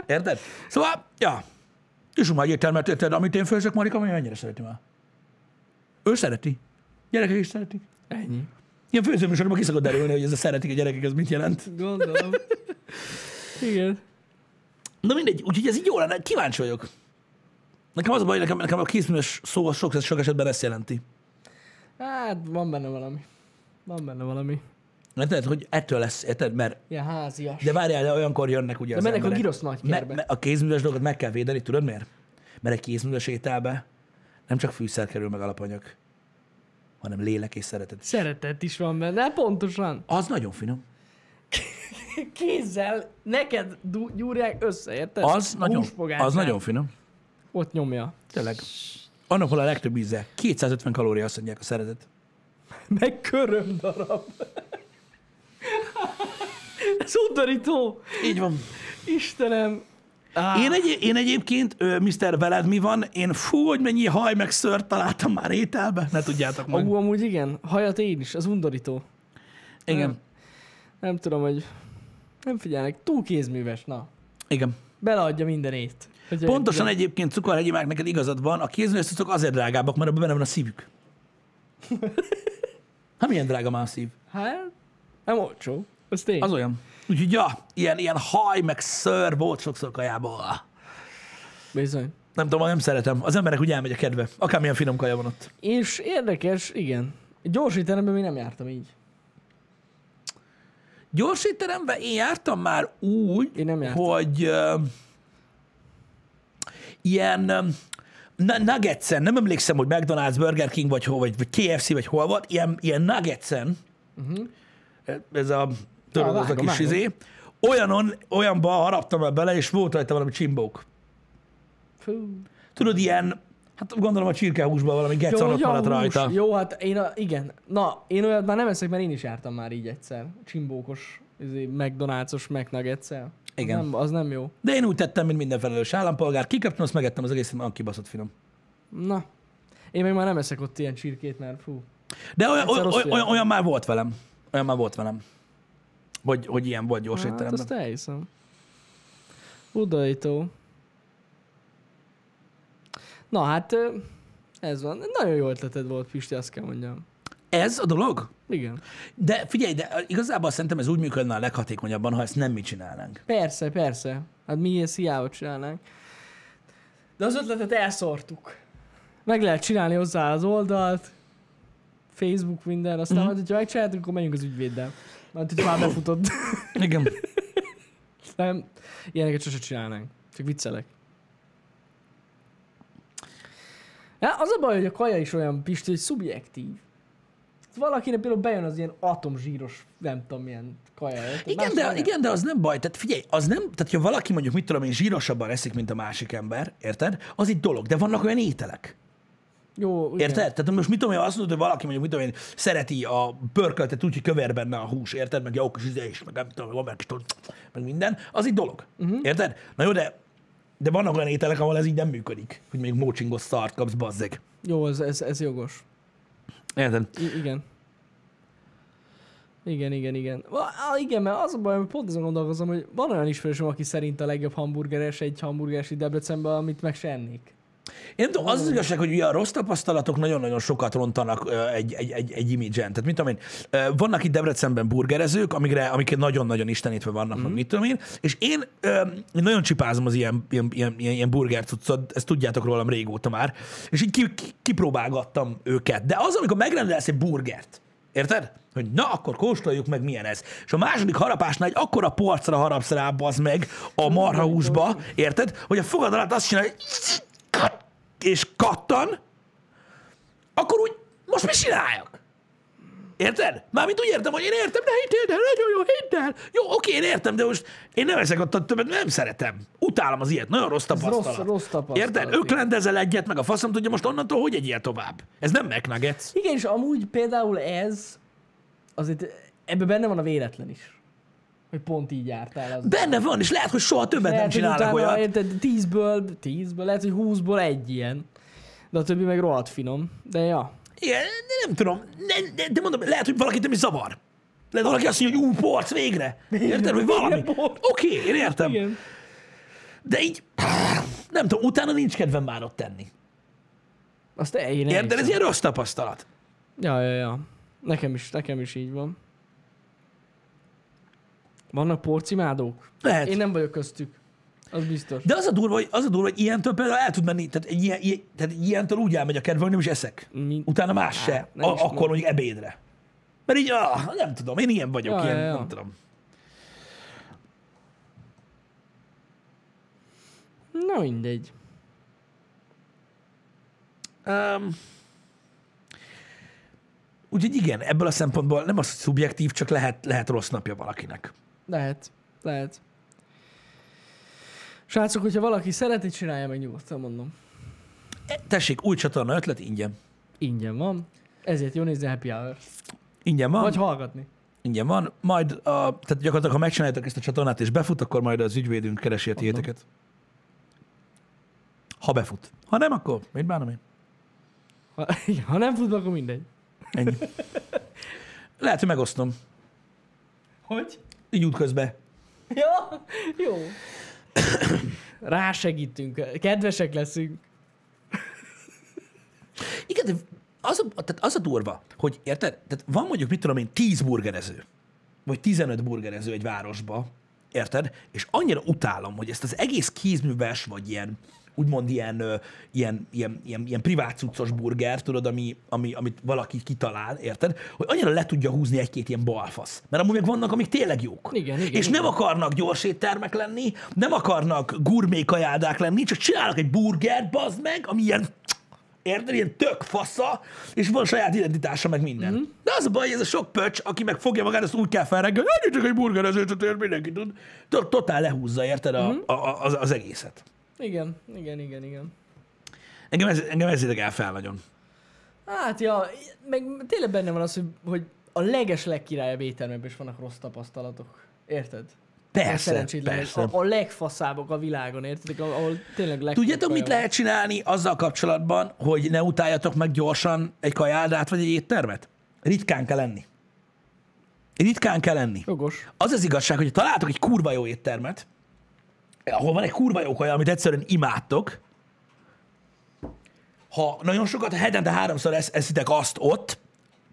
Érted? Szóval, ja. És már értelmet, érted, amit én főzök, Marika, mi mennyire szereti már? Ő szereti. Gyerekek is szeretik. Ennyi. Ilyen főzőműsorban ki szokott derülni, hogy ez a szeretik a gyerekek, ez mit jelent. Gondolom. Igen. Na mindegy, úgyhogy ez így jó lenne, kíváncsi vagyok. Nekem az a baj, nekem, nekem a készműves szó az sok, sok esetben ezt jelenti. Hát van benne valami. Van benne valami. Érted, hogy ettől lesz, érted, mert Ilyen házias. De várjál, de olyankor jönnek ugye De az mennek a emberek. girosz nagykerbe. Me- me- a kézműves dolgot meg kell védeni, tudod miért? Mert egy kézműves ételbe nem csak fűszer kerül meg alapanyag, hanem lélek és szeretet. Szeretet is van benne, pontosan. Az nagyon finom. Kézzel neked du- gyúrják össze, érted? Az, nagyon, Húsfogácsán. az nagyon finom. Ott nyomja. Tényleg. Annak, hol a legtöbb íze. 250 kalória azt mondják a szeretet. Meg köröm darab. Ez undorító. Így van. Istenem. Ah, Én, egy, én egyébként, ö, Mr. Veled mi van, én fú, hogy mennyi haj meg szört találtam már ételbe, ne tudjátok meg. Ú, amúgy igen. Hajat én is, az undorító. Igen, Nem tudom, hogy nem figyelnek. Túl kézműves, na. igen. Beleadja mindenét. Hogy Pontosan egyébként cukorhegyi már neked igazad van, a kézműves cuccok azért drágábbak, mert abban benne van a [LAUGHS] szívük. Hát milyen drága már a szív? Hát, nem olcsó. Az tény. Az olyan. Úgyhogy ja, ilyen, ilyen haj, meg ször volt sokszor kajából. Bizony. Nem tudom, nem szeretem. Az emberek úgy elmegy a kedve. Akármilyen finom kaja van ott. És érdekes, igen. Gyors étteremben még nem jártam így. Gyors étteremben én jártam már úgy, Én nem jártam. hogy uh, ilyen uh, nuggetsen, nem emlékszem, hogy McDonald's, Burger King, vagy, hol, vagy, vagy KFC, vagy hol volt, ilyen, ilyen nuggetsen, uh-huh. ez a Á, tudod, az a Mhm. vágom, kis vágom. izé, olyanon, olyanba haraptam el bele, és volt rajta valami csimbók. Fú. Tudod, ilyen, hát gondolom a csirkehúsban valami Jó, gecon ott ja, maradt hús. rajta. Jó, hát én a, igen. Na, én olyat már nem eszek, mert én is jártam már így egyszer. Csimbókos, izé, McDonald's-os McNuggets-el. Igen. Az nem, az nem jó. De én úgy tettem, mint minden felelős állampolgár, kikaptam, azt megettem az egészet, mert olyan kibaszott finom. Na. Én meg már nem eszek ott ilyen csirkét, mert fú. De olyan, Egyszer olyan, rosszul olyan, jártam. olyan már volt velem. Olyan már volt velem. Hogy, hogy ilyen volt gyors Hát, étteremben. azt elhiszem. Udaító. Na hát, ö, ez van. Nagyon jó ötleted volt, Pisti, azt kell mondjam. Ez a dolog? Igen. De figyelj, de igazából szerintem ez úgy működne a leghatékonyabban, ha ezt nem mi csinálnánk. Persze, persze. Hát mi ezt hiába csinálnánk. De az ötletet elszortuk. Meg lehet csinálni hozzá az oldalt, Facebook, minden, aztán mm-hmm. majd, hogyha megcsináltuk, akkor megyünk az ügyvéddel. Mert hogy már befutott. Igen. Nem, ilyeneket sose csinálnánk. Csak viccelek. Ja, az a baj, hogy a kaja is olyan, Pisti, hogy szubjektív. Valakinek például bejön az ilyen atomzsíros, nem tudom, milyen kaja. érted? Igen Más de, kaja. igen, de az nem baj. Tehát figyelj, az nem, tehát ha valaki mondjuk, mit tudom én, zsírosabban eszik, mint a másik ember, érted? Az egy dolog, de vannak olyan ételek. Jó, igen. Érted? Tehát most mit tudom én, azt mondod, hogy valaki mondjuk, mit tudom én, szereti a pörköltet úgy, hogy köver benne a hús, érted? Meg jó kis íze is, meg nem tudom, van meg kis tud- meg minden. Az egy dolog. Uh-huh. Érted? Na jó, de, de vannak olyan ételek, ahol ez így nem működik, hogy még mócsingos szart kapsz, bazzeg. Jó, ez, ez, ez jogos. Érted? I- igen. Igen, igen, igen. Va- á, igen, mert az a baj, hogy pont azon gondolkozom, hogy van olyan ismerősöm, aki szerint a legjobb hamburgeres egy hamburgeres itt Debrecenben, amit meg se ennék. Én nem tudom, az az igazság, hogy ugye a rossz tapasztalatok nagyon-nagyon sokat rontanak ö, egy, egy, egy, egy imidzsen. Tehát mit tudom én, ö, vannak itt Debrecenben burgerezők, amikre, amiket nagyon-nagyon istenítve vannak, mm. mit tudom én, és én, ö, én nagyon csipázom az ilyen, ilyen, ilyen, ilyen, ilyen burger cuccot, ezt tudjátok rólam régóta már, és így ki, ki, kipróbálgattam őket. De az, amikor megrendelsz egy burgert, Érted? Hogy na, akkor kóstoljuk meg, milyen ez. És a második harapásnál egy akkora porcra harapsz rá, bazd meg, a marhahúsba, érted? Hogy a fogad alatt azt csinálja, hogy és kattan, akkor úgy most mi csináljak? Érted? Mármint úgy értem, hogy én értem, ne hidd el, nagyon jó, hidd el. Jó, oké, én értem, de most én nem ezek ott a többet, nem szeretem. Utálom az ilyet, nagyon rossz tapasztalat. rossz tapasztalat, Érted? igen. Öklendezel egyet, meg a faszom tudja most onnantól, hogy egy ilyen tovább. Ez nem McNuggets. Igen, és amúgy például ez, azért ebben benne van a véletlen is. Hogy pont így jártál az. Benne van, és lehet, hogy soha többet lehet, nem hogy csinálnak utána, olyat. Érted, tízből, tízből, lehet, hogy húszból egy ilyen. De a többi meg rohadt finom. De ja. Igen, de nem tudom, de, de, de mondom, lehet, hogy valakit nem is zavar. Lehet valaki azt mondja, hogy ú, porc, végre. Érted, hogy valami. Igen, porc. Oké, én értem. Igen. De így, nem tudom, utána nincs kedvem már ott tenni. Azt én Érted? Ez elhiszem. ilyen rossz tapasztalat. Ja, ja, ja. Nekem is, nekem is így van. Vannak porcimádók? Lehet. Én nem vagyok köztük. Az biztos. Hát- De az a durva, hogy, az a durva, hogy ilyentől például el tud menni, tehát, egy ilyen, ilyen, tehát egy ilyentől úgy elmegy a kedve, hogy nem is eszek. Mi? Utána más se, Mm. nem a, is akkor tudom. mondjuk ebédre. Mert így, ah, nem tudom, én ilyen vagyok, Ja, ilyen, ja, ja. nem tudom. Na mindegy. Um, úgyhogy igen, ebből a szempontból nem az hogy szubjektív, csak lehet, lehet rossz napja valakinek. Lehet. Lehet. Srácok, hogyha valaki szereti, csinálja meg nyugodtan, mondom. E, Tessék, új csatorna ötlet, ingyen. Ingyen van. Ezért jó nézni Happy hour Ingyen van, Vagy Vagy... hallgatni. ingyen van, majd a, tehát gyakorlatilag, ha megcsináljátok ezt a csatornát és befut, akkor majd az ügyvédünk keresi a tiéteket. Ha befut. Ha nem, akkor mit bánom én? Ha, ha nem futball, akkor mindegy. Ennyi. Lehet, hogy megosztom. Hogy? Így útközben. Ja, [LAUGHS] jó. Rásegítünk. Kedvesek leszünk. Igen, de az a, tehát az a durva, hogy érted? Tehát van mondjuk, mit tudom én, 10 burgerező, vagy 15 burgerező egy városba, érted? És annyira utálom, hogy ezt az egész kézműves, vagy ilyen, úgymond ilyen, ö, ilyen, ilyen, ilyen, ilyen privát cuccos burger, tudod, ami, ami, amit valaki kitalál, érted? Hogy annyira le tudja húzni egy-két ilyen balfasz. Mert amúgy meg vannak, amik tényleg jók. Igen, igen, és nem akarnak gyors éttermek lenni, nem akarnak gurmé kajádák lenni, csak csinálnak egy burgert, bazd meg, ami ilyen Érted? Ilyen tök fasza, és van saját identitása, meg minden. Mhm. Mm-hmm. De az a baj, hogy ez a sok pöcs, aki meg fogja magát, azt úgy kell felreggel, hogy csak egy burgerezőt, ér, mindenki tud. To- Totál lehúzza, érted, Mhm. a, a, a, az, az egészet. Igen, igen, igen, igen. Engem ez, engem ez ideg el fel nagyon. Hát ja, meg tényleg benne van az, hogy, hogy a leges legkirályabb éttermekben is vannak rossz tapasztalatok. Érted? Persze, Szerencsétlen, persze. A, a legfaszábbak a világon, érted? A- Ahol tényleg legfaszább. Tudjátok, mit lehet csinálni azzal kapcsolatban, hogy ne utáljatok meg gyorsan egy kajádát vagy egy éttermet? Ritkán kell lenni. Ritkán kell lenni. Jogos. Az az igazság, hogy ha találtok egy kurva jó éttermet, ahol van egy kurva jó kaja, amit egyszerűen imádtok, ha nagyon sokat, ha hetente háromszor esz, eszitek azt ott,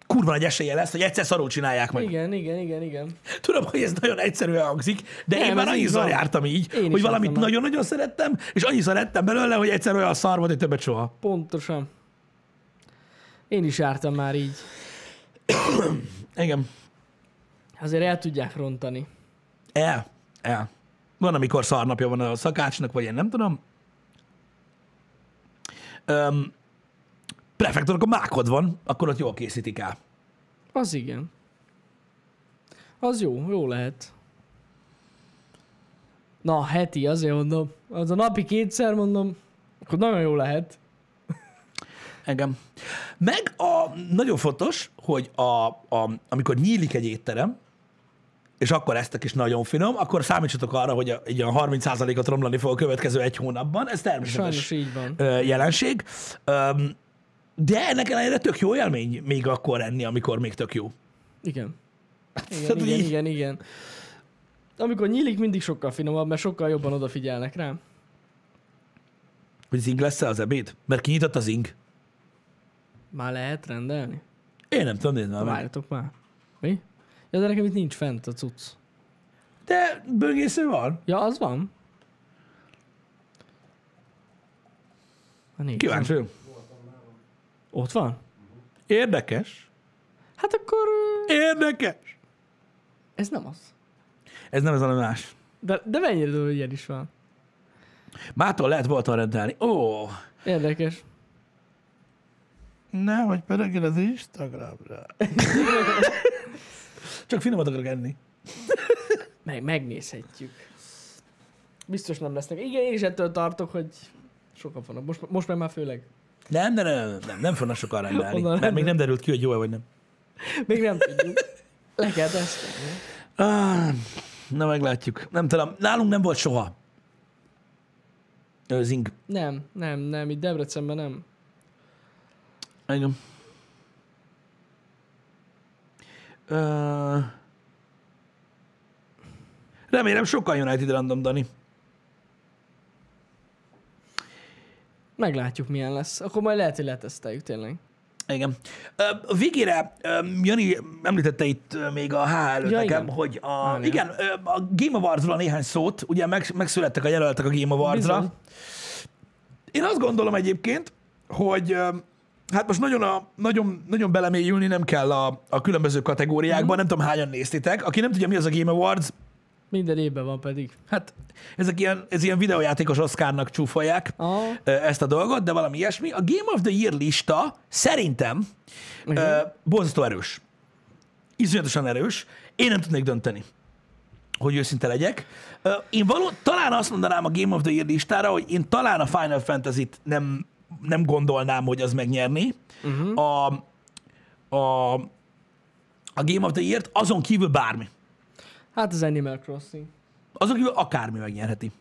kurva nagy esélye lesz, hogy egyszer szarul csinálják meg. Igen, igen, igen, igen. Tudom, hogy ez nagyon egyszerűen hangzik, de Nem, én már ez így annyiszor van. jártam így, Én is hogy valamit jártam már. nagyon-nagyon szerettem, és annyiszor ettem belőle, hogy egyszer olyan szar volt, hogy többet soha. Pontosan. Én is jártam már így. Igen. Azért el tudják rontani. El. El. E, Van, amikor szarnapja van a szakácsnak, vagy én nem tudom. Öm, prefektornak a mákod van, akkor ott jól készítik el. Az igen. Az jó, jó lehet. Na, heti, azért mondom. Az a napi kétszer mondom, akkor nagyon jó lehet. Engem. Meg a, nagyon fontos, hogy a, a, amikor nyílik egy étterem, és akkor eztek is nagyon finom, akkor számítsatok arra, hogy a, egy olyan 30%-ot romlani fog a következő egy hónapban. Ez természetes Sajnos így van. ö, jelenség. Öm, De ennek ellenére tök jó élmény még akkor enni, amikor még tök jó. Igen. Igen, Tehát, hogy igen, így- igen, igen. Amikor nyílik, mindig sokkal finomabb, mert sokkal jobban odafigyelnek rám. Hogy zing lesz -e az ebéd? Mert kinyitott az ing. Már lehet rendelni? Én nem tudom, nézd már meg. Várjatok már. Mi? Ja, de nekem itt nincs fent a cucc. De böngésző van. Ja, az van. Ha nincs. Kíváncsi. vagyok. Ott van? Érdekes. Hát akkor ö, Érdekes. ez nem az. Ez nem ez a más. De, de mennyire durva, hogy ilyen is van. Mától lehet bolton rendelni. Ó, Érdekes. Nem, hogy pedig az Instagramra. [LAUGHS] Csak finomat akarok enni. Meg, megnézhetjük. Biztos nem lesznek. Igen, én is ettől tartok, hogy sokan vannak. Most, most meg már főleg. Nem, nem, nem, nem, nem fognak sokan rendelni. Onnan mert még rendel. nem derült ki, hogy jó vagy nem. Még nem tudjuk. Le kell tesztelni. Ah, na meglátjuk. Nem tudom, nálunk nem volt soha. Ö, Zing. Nem, nem, nem. Itt Debrecenben nem. Igen. Ö, remélem sokan United random, Dani. Meglátjuk, milyen lesz. Akkor majd lehet, hogy leteszteljük tényleg. Igen. Ö, A végére ö, Jani említette itt ö, még a H előtt Ja, nekem, igen. hogy a, Várjál. igen, ö, a Game Awards-ról néhány szót, ugye meg, megszülettek a jelöltek a Game Bizony. Awards-ra. Én azt gondolom egyébként, hogy ö, hát most nagyon, a, nagyon, nagyon belemélyülni nem kell a, a különböző Mhm. kategóriákban, nem tudom hányan néztitek. Aki nem tudja, mi az a Game Awards, Minden évben van pedig. hát ezek ilyen, ez ilyen videójátékos oszkárnak csúfolják Ah, ö, ezt a dolgot, de valami ilyesmi. A Game of the Year lista szerintem uh-huh. Ö, Borzasztó erős. Iszonyatosan erős. Én nem tudnék dönteni, hogy őszinte legyek. Ö, Én való, talán azt mondanám a Game of the Year listára, hogy én talán a Final Fantasy-t nem, nem gondolnám, hogy az megnyerni. Uh-huh. A, a, a Game of the Year-t azon kívül bármi. Hát az Animal Crossing. Azon kívül akármi megnyerheti.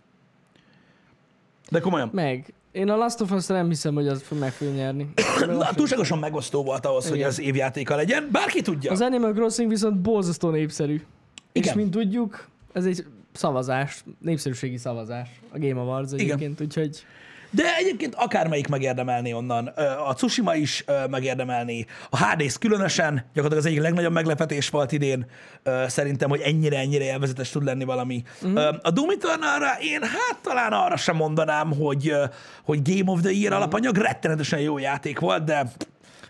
De komolyan. Meg. Én a Last of us nem hiszem, hogy az meg fog nyerni. Na, túlságosan megosztó volt ahhoz, hogy Igen. az évjátéka legyen. Bárki tudja. Az Animal Crossing viszont borzasztó népszerű. Igen. És Igen. mint tudjuk, ez egy szavazás, népszerűségi szavazás a Game Awards egyébként, Igen. úgyhogy De egyébként akármelyik megérdemelné onnan. Ö, A Tsushima is ö, megérdemelné. A Hades különösen, gyakorlatilag az egyik legnagyobb meglepetés volt idén, ö, szerintem, hogy ennyire-ennyire élvezetes tud lenni valami. Mhm. Ö, A Doom Eternalra én hát talán arra sem mondanám, hogy, ö, hogy Game of the Year Mhm. alapanyag rettenetesen jó játék volt, de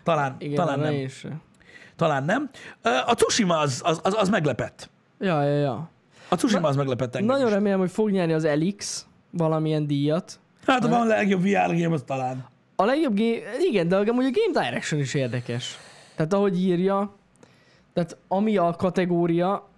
talán, igen, talán, arra nem. én se. talán nem. Ö, A Tsushima az, az, az, az meglepett. Ja, ja, ja. A Tsushima az meglepett engem Nagyon is. remélem, hogy fog nyerni az Elix valamilyen díjat. Hát van a legjobb VR game, az talán. A legjobb game, igen, de amúgy a Game Direction is érdekes. Tehát ahogy írja, tehát ami a kategória,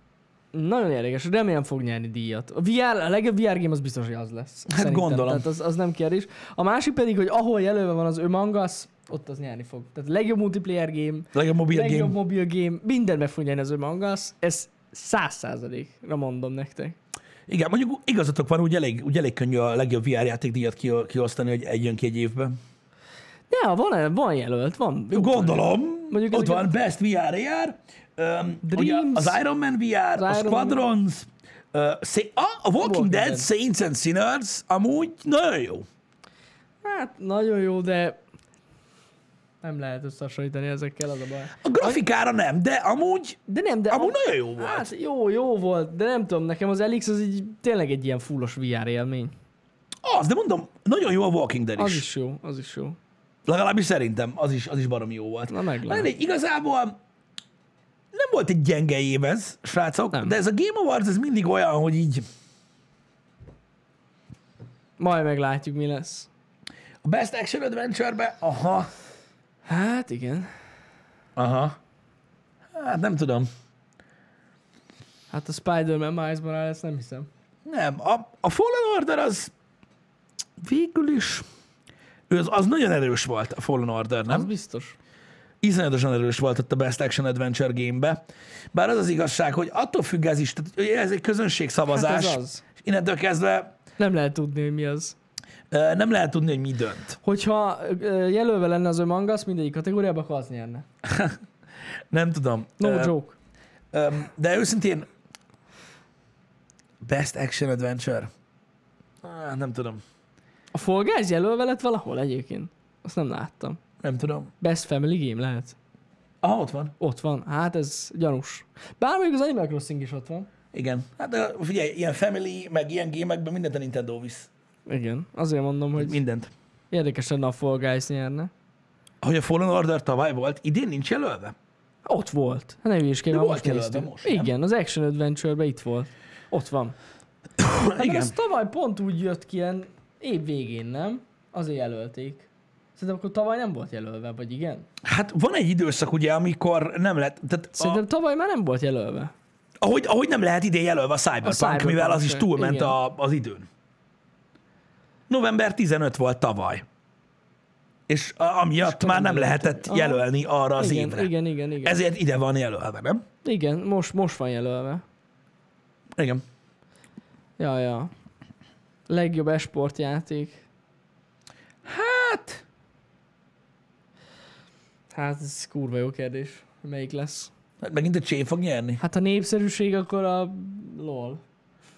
nagyon érdekes, remélem fog nyerni díjat. A, VR, a legjobb VR game az biztos, hogy az lesz. Hát gondolom. Tehát az, az nem kérdés. A másik pedig, hogy ahol jelölve van az Among Us, ott az nyerni fog. Tehát a legjobb multiplayer game, A legjobb mobil legjobb game. mobil game, minden meg fog nyerni az Among Us. Ez száz százalékra mondom nektek. Igen, mondjuk igazatok van, úgy elég, úgy elég könnyű a legjobb VR játékdíjat ki- kiosztani, hogy egy jön ki egy évben. Ja, van, van jelölt, van. Gondolom, Mondjuk mondjuk ott ezeket- van Best VR AR, um, ugye Dreams, az Iron Man VR, az a Iron Squadrons, Ö, szé- a, a Walking, Walking Dead, Dead. Saints and Sinners amúgy nagyon jó. Hát nagyon jó, de nem lehet összehasonlítani ezekkel, az a baj. A grafikára nem, de amúgy, De nem, de... amúgy am- nagyon jó volt. Hát jó, jó volt, de nem tudom, nekem az Elix az így tényleg egy ilyen fullos VR élmény. Az, de mondom, nagyon jó a Walking Dead Az is. is jó, az is jó. Legalábbis szerintem az is, az is baromi jó volt. Na, meglátjuk. mindegy, igazából nem volt egy gyenge év ez, srácok, nem. Nem. de ez a Game Awards ez mindig olyan, hogy így Majd meglátjuk, mi lesz. a Best Action Adventure-be, aha, Hát igen. aha, hát nem tudom. Hát a Spider-Man Miles Morales nem hiszem. Nem, a, a Fallen Order az végül is, ő az, az nagyon erős volt a Fallen Order, nem? Az biztos. iszonyatosan erős volt ott a Best Action Adventure gamebe. Bár az az igazság, hogy attól függ ez is, tehát ugye ez egy közönségszavazás, Hát ez az. és innentől kezdve Nem lehet tudni, hogy mi az. ö, nem lehet tudni, hogy mi dönt. Hogyha ö, jelölve lenne az Among Us mindegyik kategóriában, akkor az nyerne. Nem tudom. No Ö, joke. ö, De őszintén, Best Action Adventure? Á, Nem tudom. A Fall Guys jelölve lett valahol egyébként. Azt nem láttam. Nem tudom. Best Family Game lehet. Ah, ott van. Ott van. Hát ez gyanús. Bár mondjuk az Animal Crossing is ott van. Igen. Hát de figyelj, ilyen family, meg ilyen gémekben mindent a Nintendo visz. Igen. Azért mondom, hogy Mindent. érdekes lenne a Fall Guys nyerne. Hogy a Fallen Order tavaly volt, idén nincs jelölve? Ott volt. Hát nem is kell, De már volt most jelölve néztük. most, nem? Igen, az Action Adventure-ben itt volt. Ott van. Hát Igen. Igen. az tavaly pont úgy jött ki ilyen év végén, nem? Azért jelölték. Szerintem akkor tavaly nem volt jelölve, vagy igen? Hát van egy időszak, ugye, amikor nem lett, tehát a, Szerintem tavaly már nem volt jelölve. ahogy, ahogy nem lehet idén jelölve a Cyberpunk, a Cyberpunk mivel az is se, túlment igen. a, az időn. November 15 volt tavaly. És a, amiatt már nem lehetett Aha. jelölni arra az igen, évre. igen, igen, igen. Ez... Ezért ide van jelölve, nem? Igen, most, most van jelölve. Igen. Ja, ja. Legjobb esportjáték. Hát, Hát ez kurva jó kérdés. Melyik lesz? hát megint a Csé fog nyerni. Hát a népszerűség, akkor a LOL.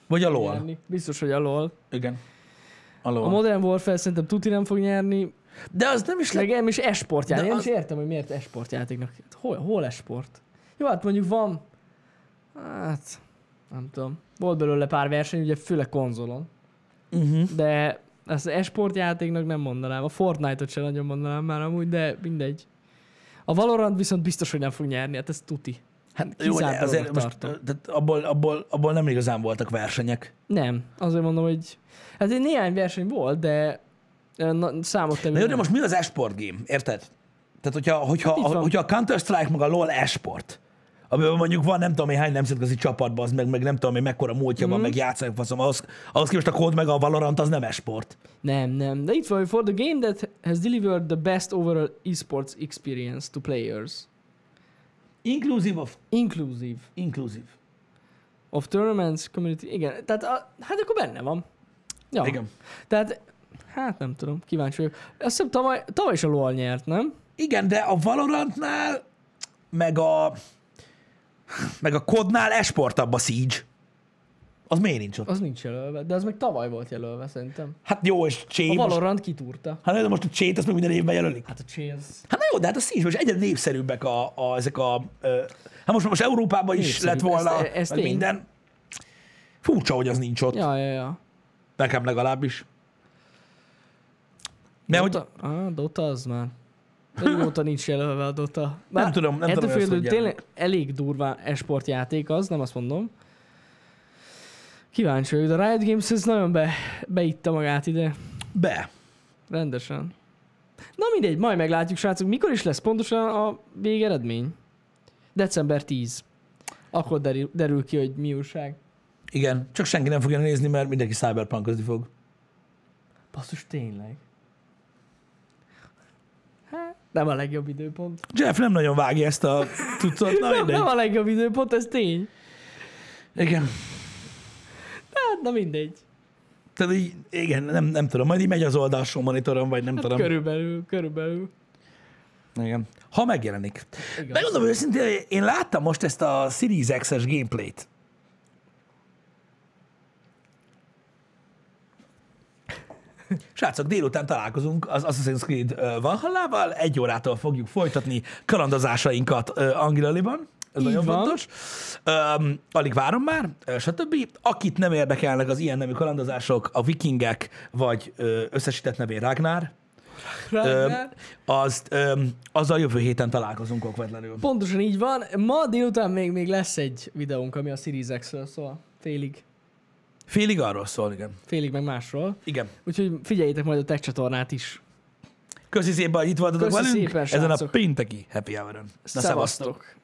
Vagy a fog LOL. nyerni. Biztos, hogy a LOL. Igen. A A LOL. Modern Warfare szerintem tuti nem fog nyerni, De az nem is lett. Legem is esportjáték. De Én az- is értem, hogy miért esportjátéknak. Hol, hol esport? Jó, hát mondjuk van... Hát... Nem tudom. Volt belőle pár verseny, ugye főleg konzolon. Uh-huh. De ezt esportjátéknak nem mondanám. A Fortnite-ot sem nagyon mondanám már amúgy, de mindegy. A Valorant viszont biztos, hogy nem fog nyerni, hát ez tuti. Hát jó, Kizárt de dolognak azért most, tartom. tehát abból, abból, abból nem igazán voltak versenyek. Nem, azért mondom, hogy... Hát egy néhány verseny volt, de ö, na, számottevő. Na jó, de nem. most mi az esport game, érted? Tehát, hogyha, hogyha, így van. hogyha a Counter-Strike meg a LoL esport, amiben mondjuk van nem tudom én hány nemzetközi csapatban, az meg, meg nem tudom én mekkora múltja van, meg játszanak, faszom, ahhoz, ahhoz képest a kód meg a Valorant az nem esport. Nem, nem. De itt van, hogy for the game that has delivered the best overall esports experience to players. Inclusive of... Inclusive Inclusive. of tournaments, community. Igen, tehát a, hát akkor benne van. Ja. Igen. Tehát, hát nem tudom, kíváncsi vagyok. Azt hiszem tavaly, tavaly is a LoL nyert, nem? Igen, de a Valorantnál, meg a meg a kodnál esportabb a Siege. Az miért nincs ott? Az nincs jelölve, de az meg tavaly volt jelölve szerintem. Hát jó, és Csé A most... Valorant kitúrta. Hát jó, de most a Csét azt meg minden évben jelölik. Hát a Chase. Hát na jó, de hát a Siege most egyre népszerűbbek a, a, ezek a... ö, Hát most, most Európában is Népszerűbb, lett volna ez- ez meg tény. minden. Furcsa, hogy az nincs ott. Ja. Ja, ja, ja. Nekem legalábbis. Mert hogy Dota, ah, Dota az már. Régóta nincs jelölve a Dota. Bár Nem tudom, nem ettől tudom, hogy függetlenül ezt hogy tényleg elég durva esportjáték az, nem azt mondom. Kíváncsi vagyok, de a Riot Games ez nagyon be, beitta magát ide. be. Rendesen. Na mindegy, majd meglátjuk, srácok, mikor is lesz pontosan a végeredmény. December 10. Akkor derül, derül ki, hogy mi újság. Igen, csak senki nem fogja nézni, mert mindenki cyberpunk közni fog. Basszus, tényleg. Hát, nem a legjobb időpont. Jeff nem nagyon vágja ezt a cuccot, na nem, mindegy. nem a legjobb időpont, ez tény. Igen. Hát, na mindegy. Tehát így, igen, nem, nem tudom, majd így megy az oldalsó monitoron, vagy nem Hát tudom. körülbelül, körülbelül. Igen. Ha megjelenik. Igaz. Megmondom őszintén, hogy én láttam most ezt a Series X-es gameplayt. Srácok, délután találkozunk az Assassin's Creed ö, Valhallával, egy órától fogjuk folytatni kalandozásainkat ö, Anglialiban. Ez Így nagyon van. fontos. Um, alig várom már, ö, stb. Akit nem érdekelnek az ilyen nemű kalandozások, a vikingek, vagy ö, összesített nevén Ragnar, ö, Ragnar. azt, ö, azzal jövő héten találkozunk okvetlenül. Pontosan így van. Ma délután még, még lesz egy videónk, ami a Series X-ről szól. Félig. Félig arról szól, igen. Félig meg másról. Igen. Úgyhogy figyeljétek majd a tech csatornát is. Köszi szépen, hogy itt voltatok Köszi velünk szépen, ezen a srácok. pénteki happy hour-ön. Na, szevasztok! Szevasztok.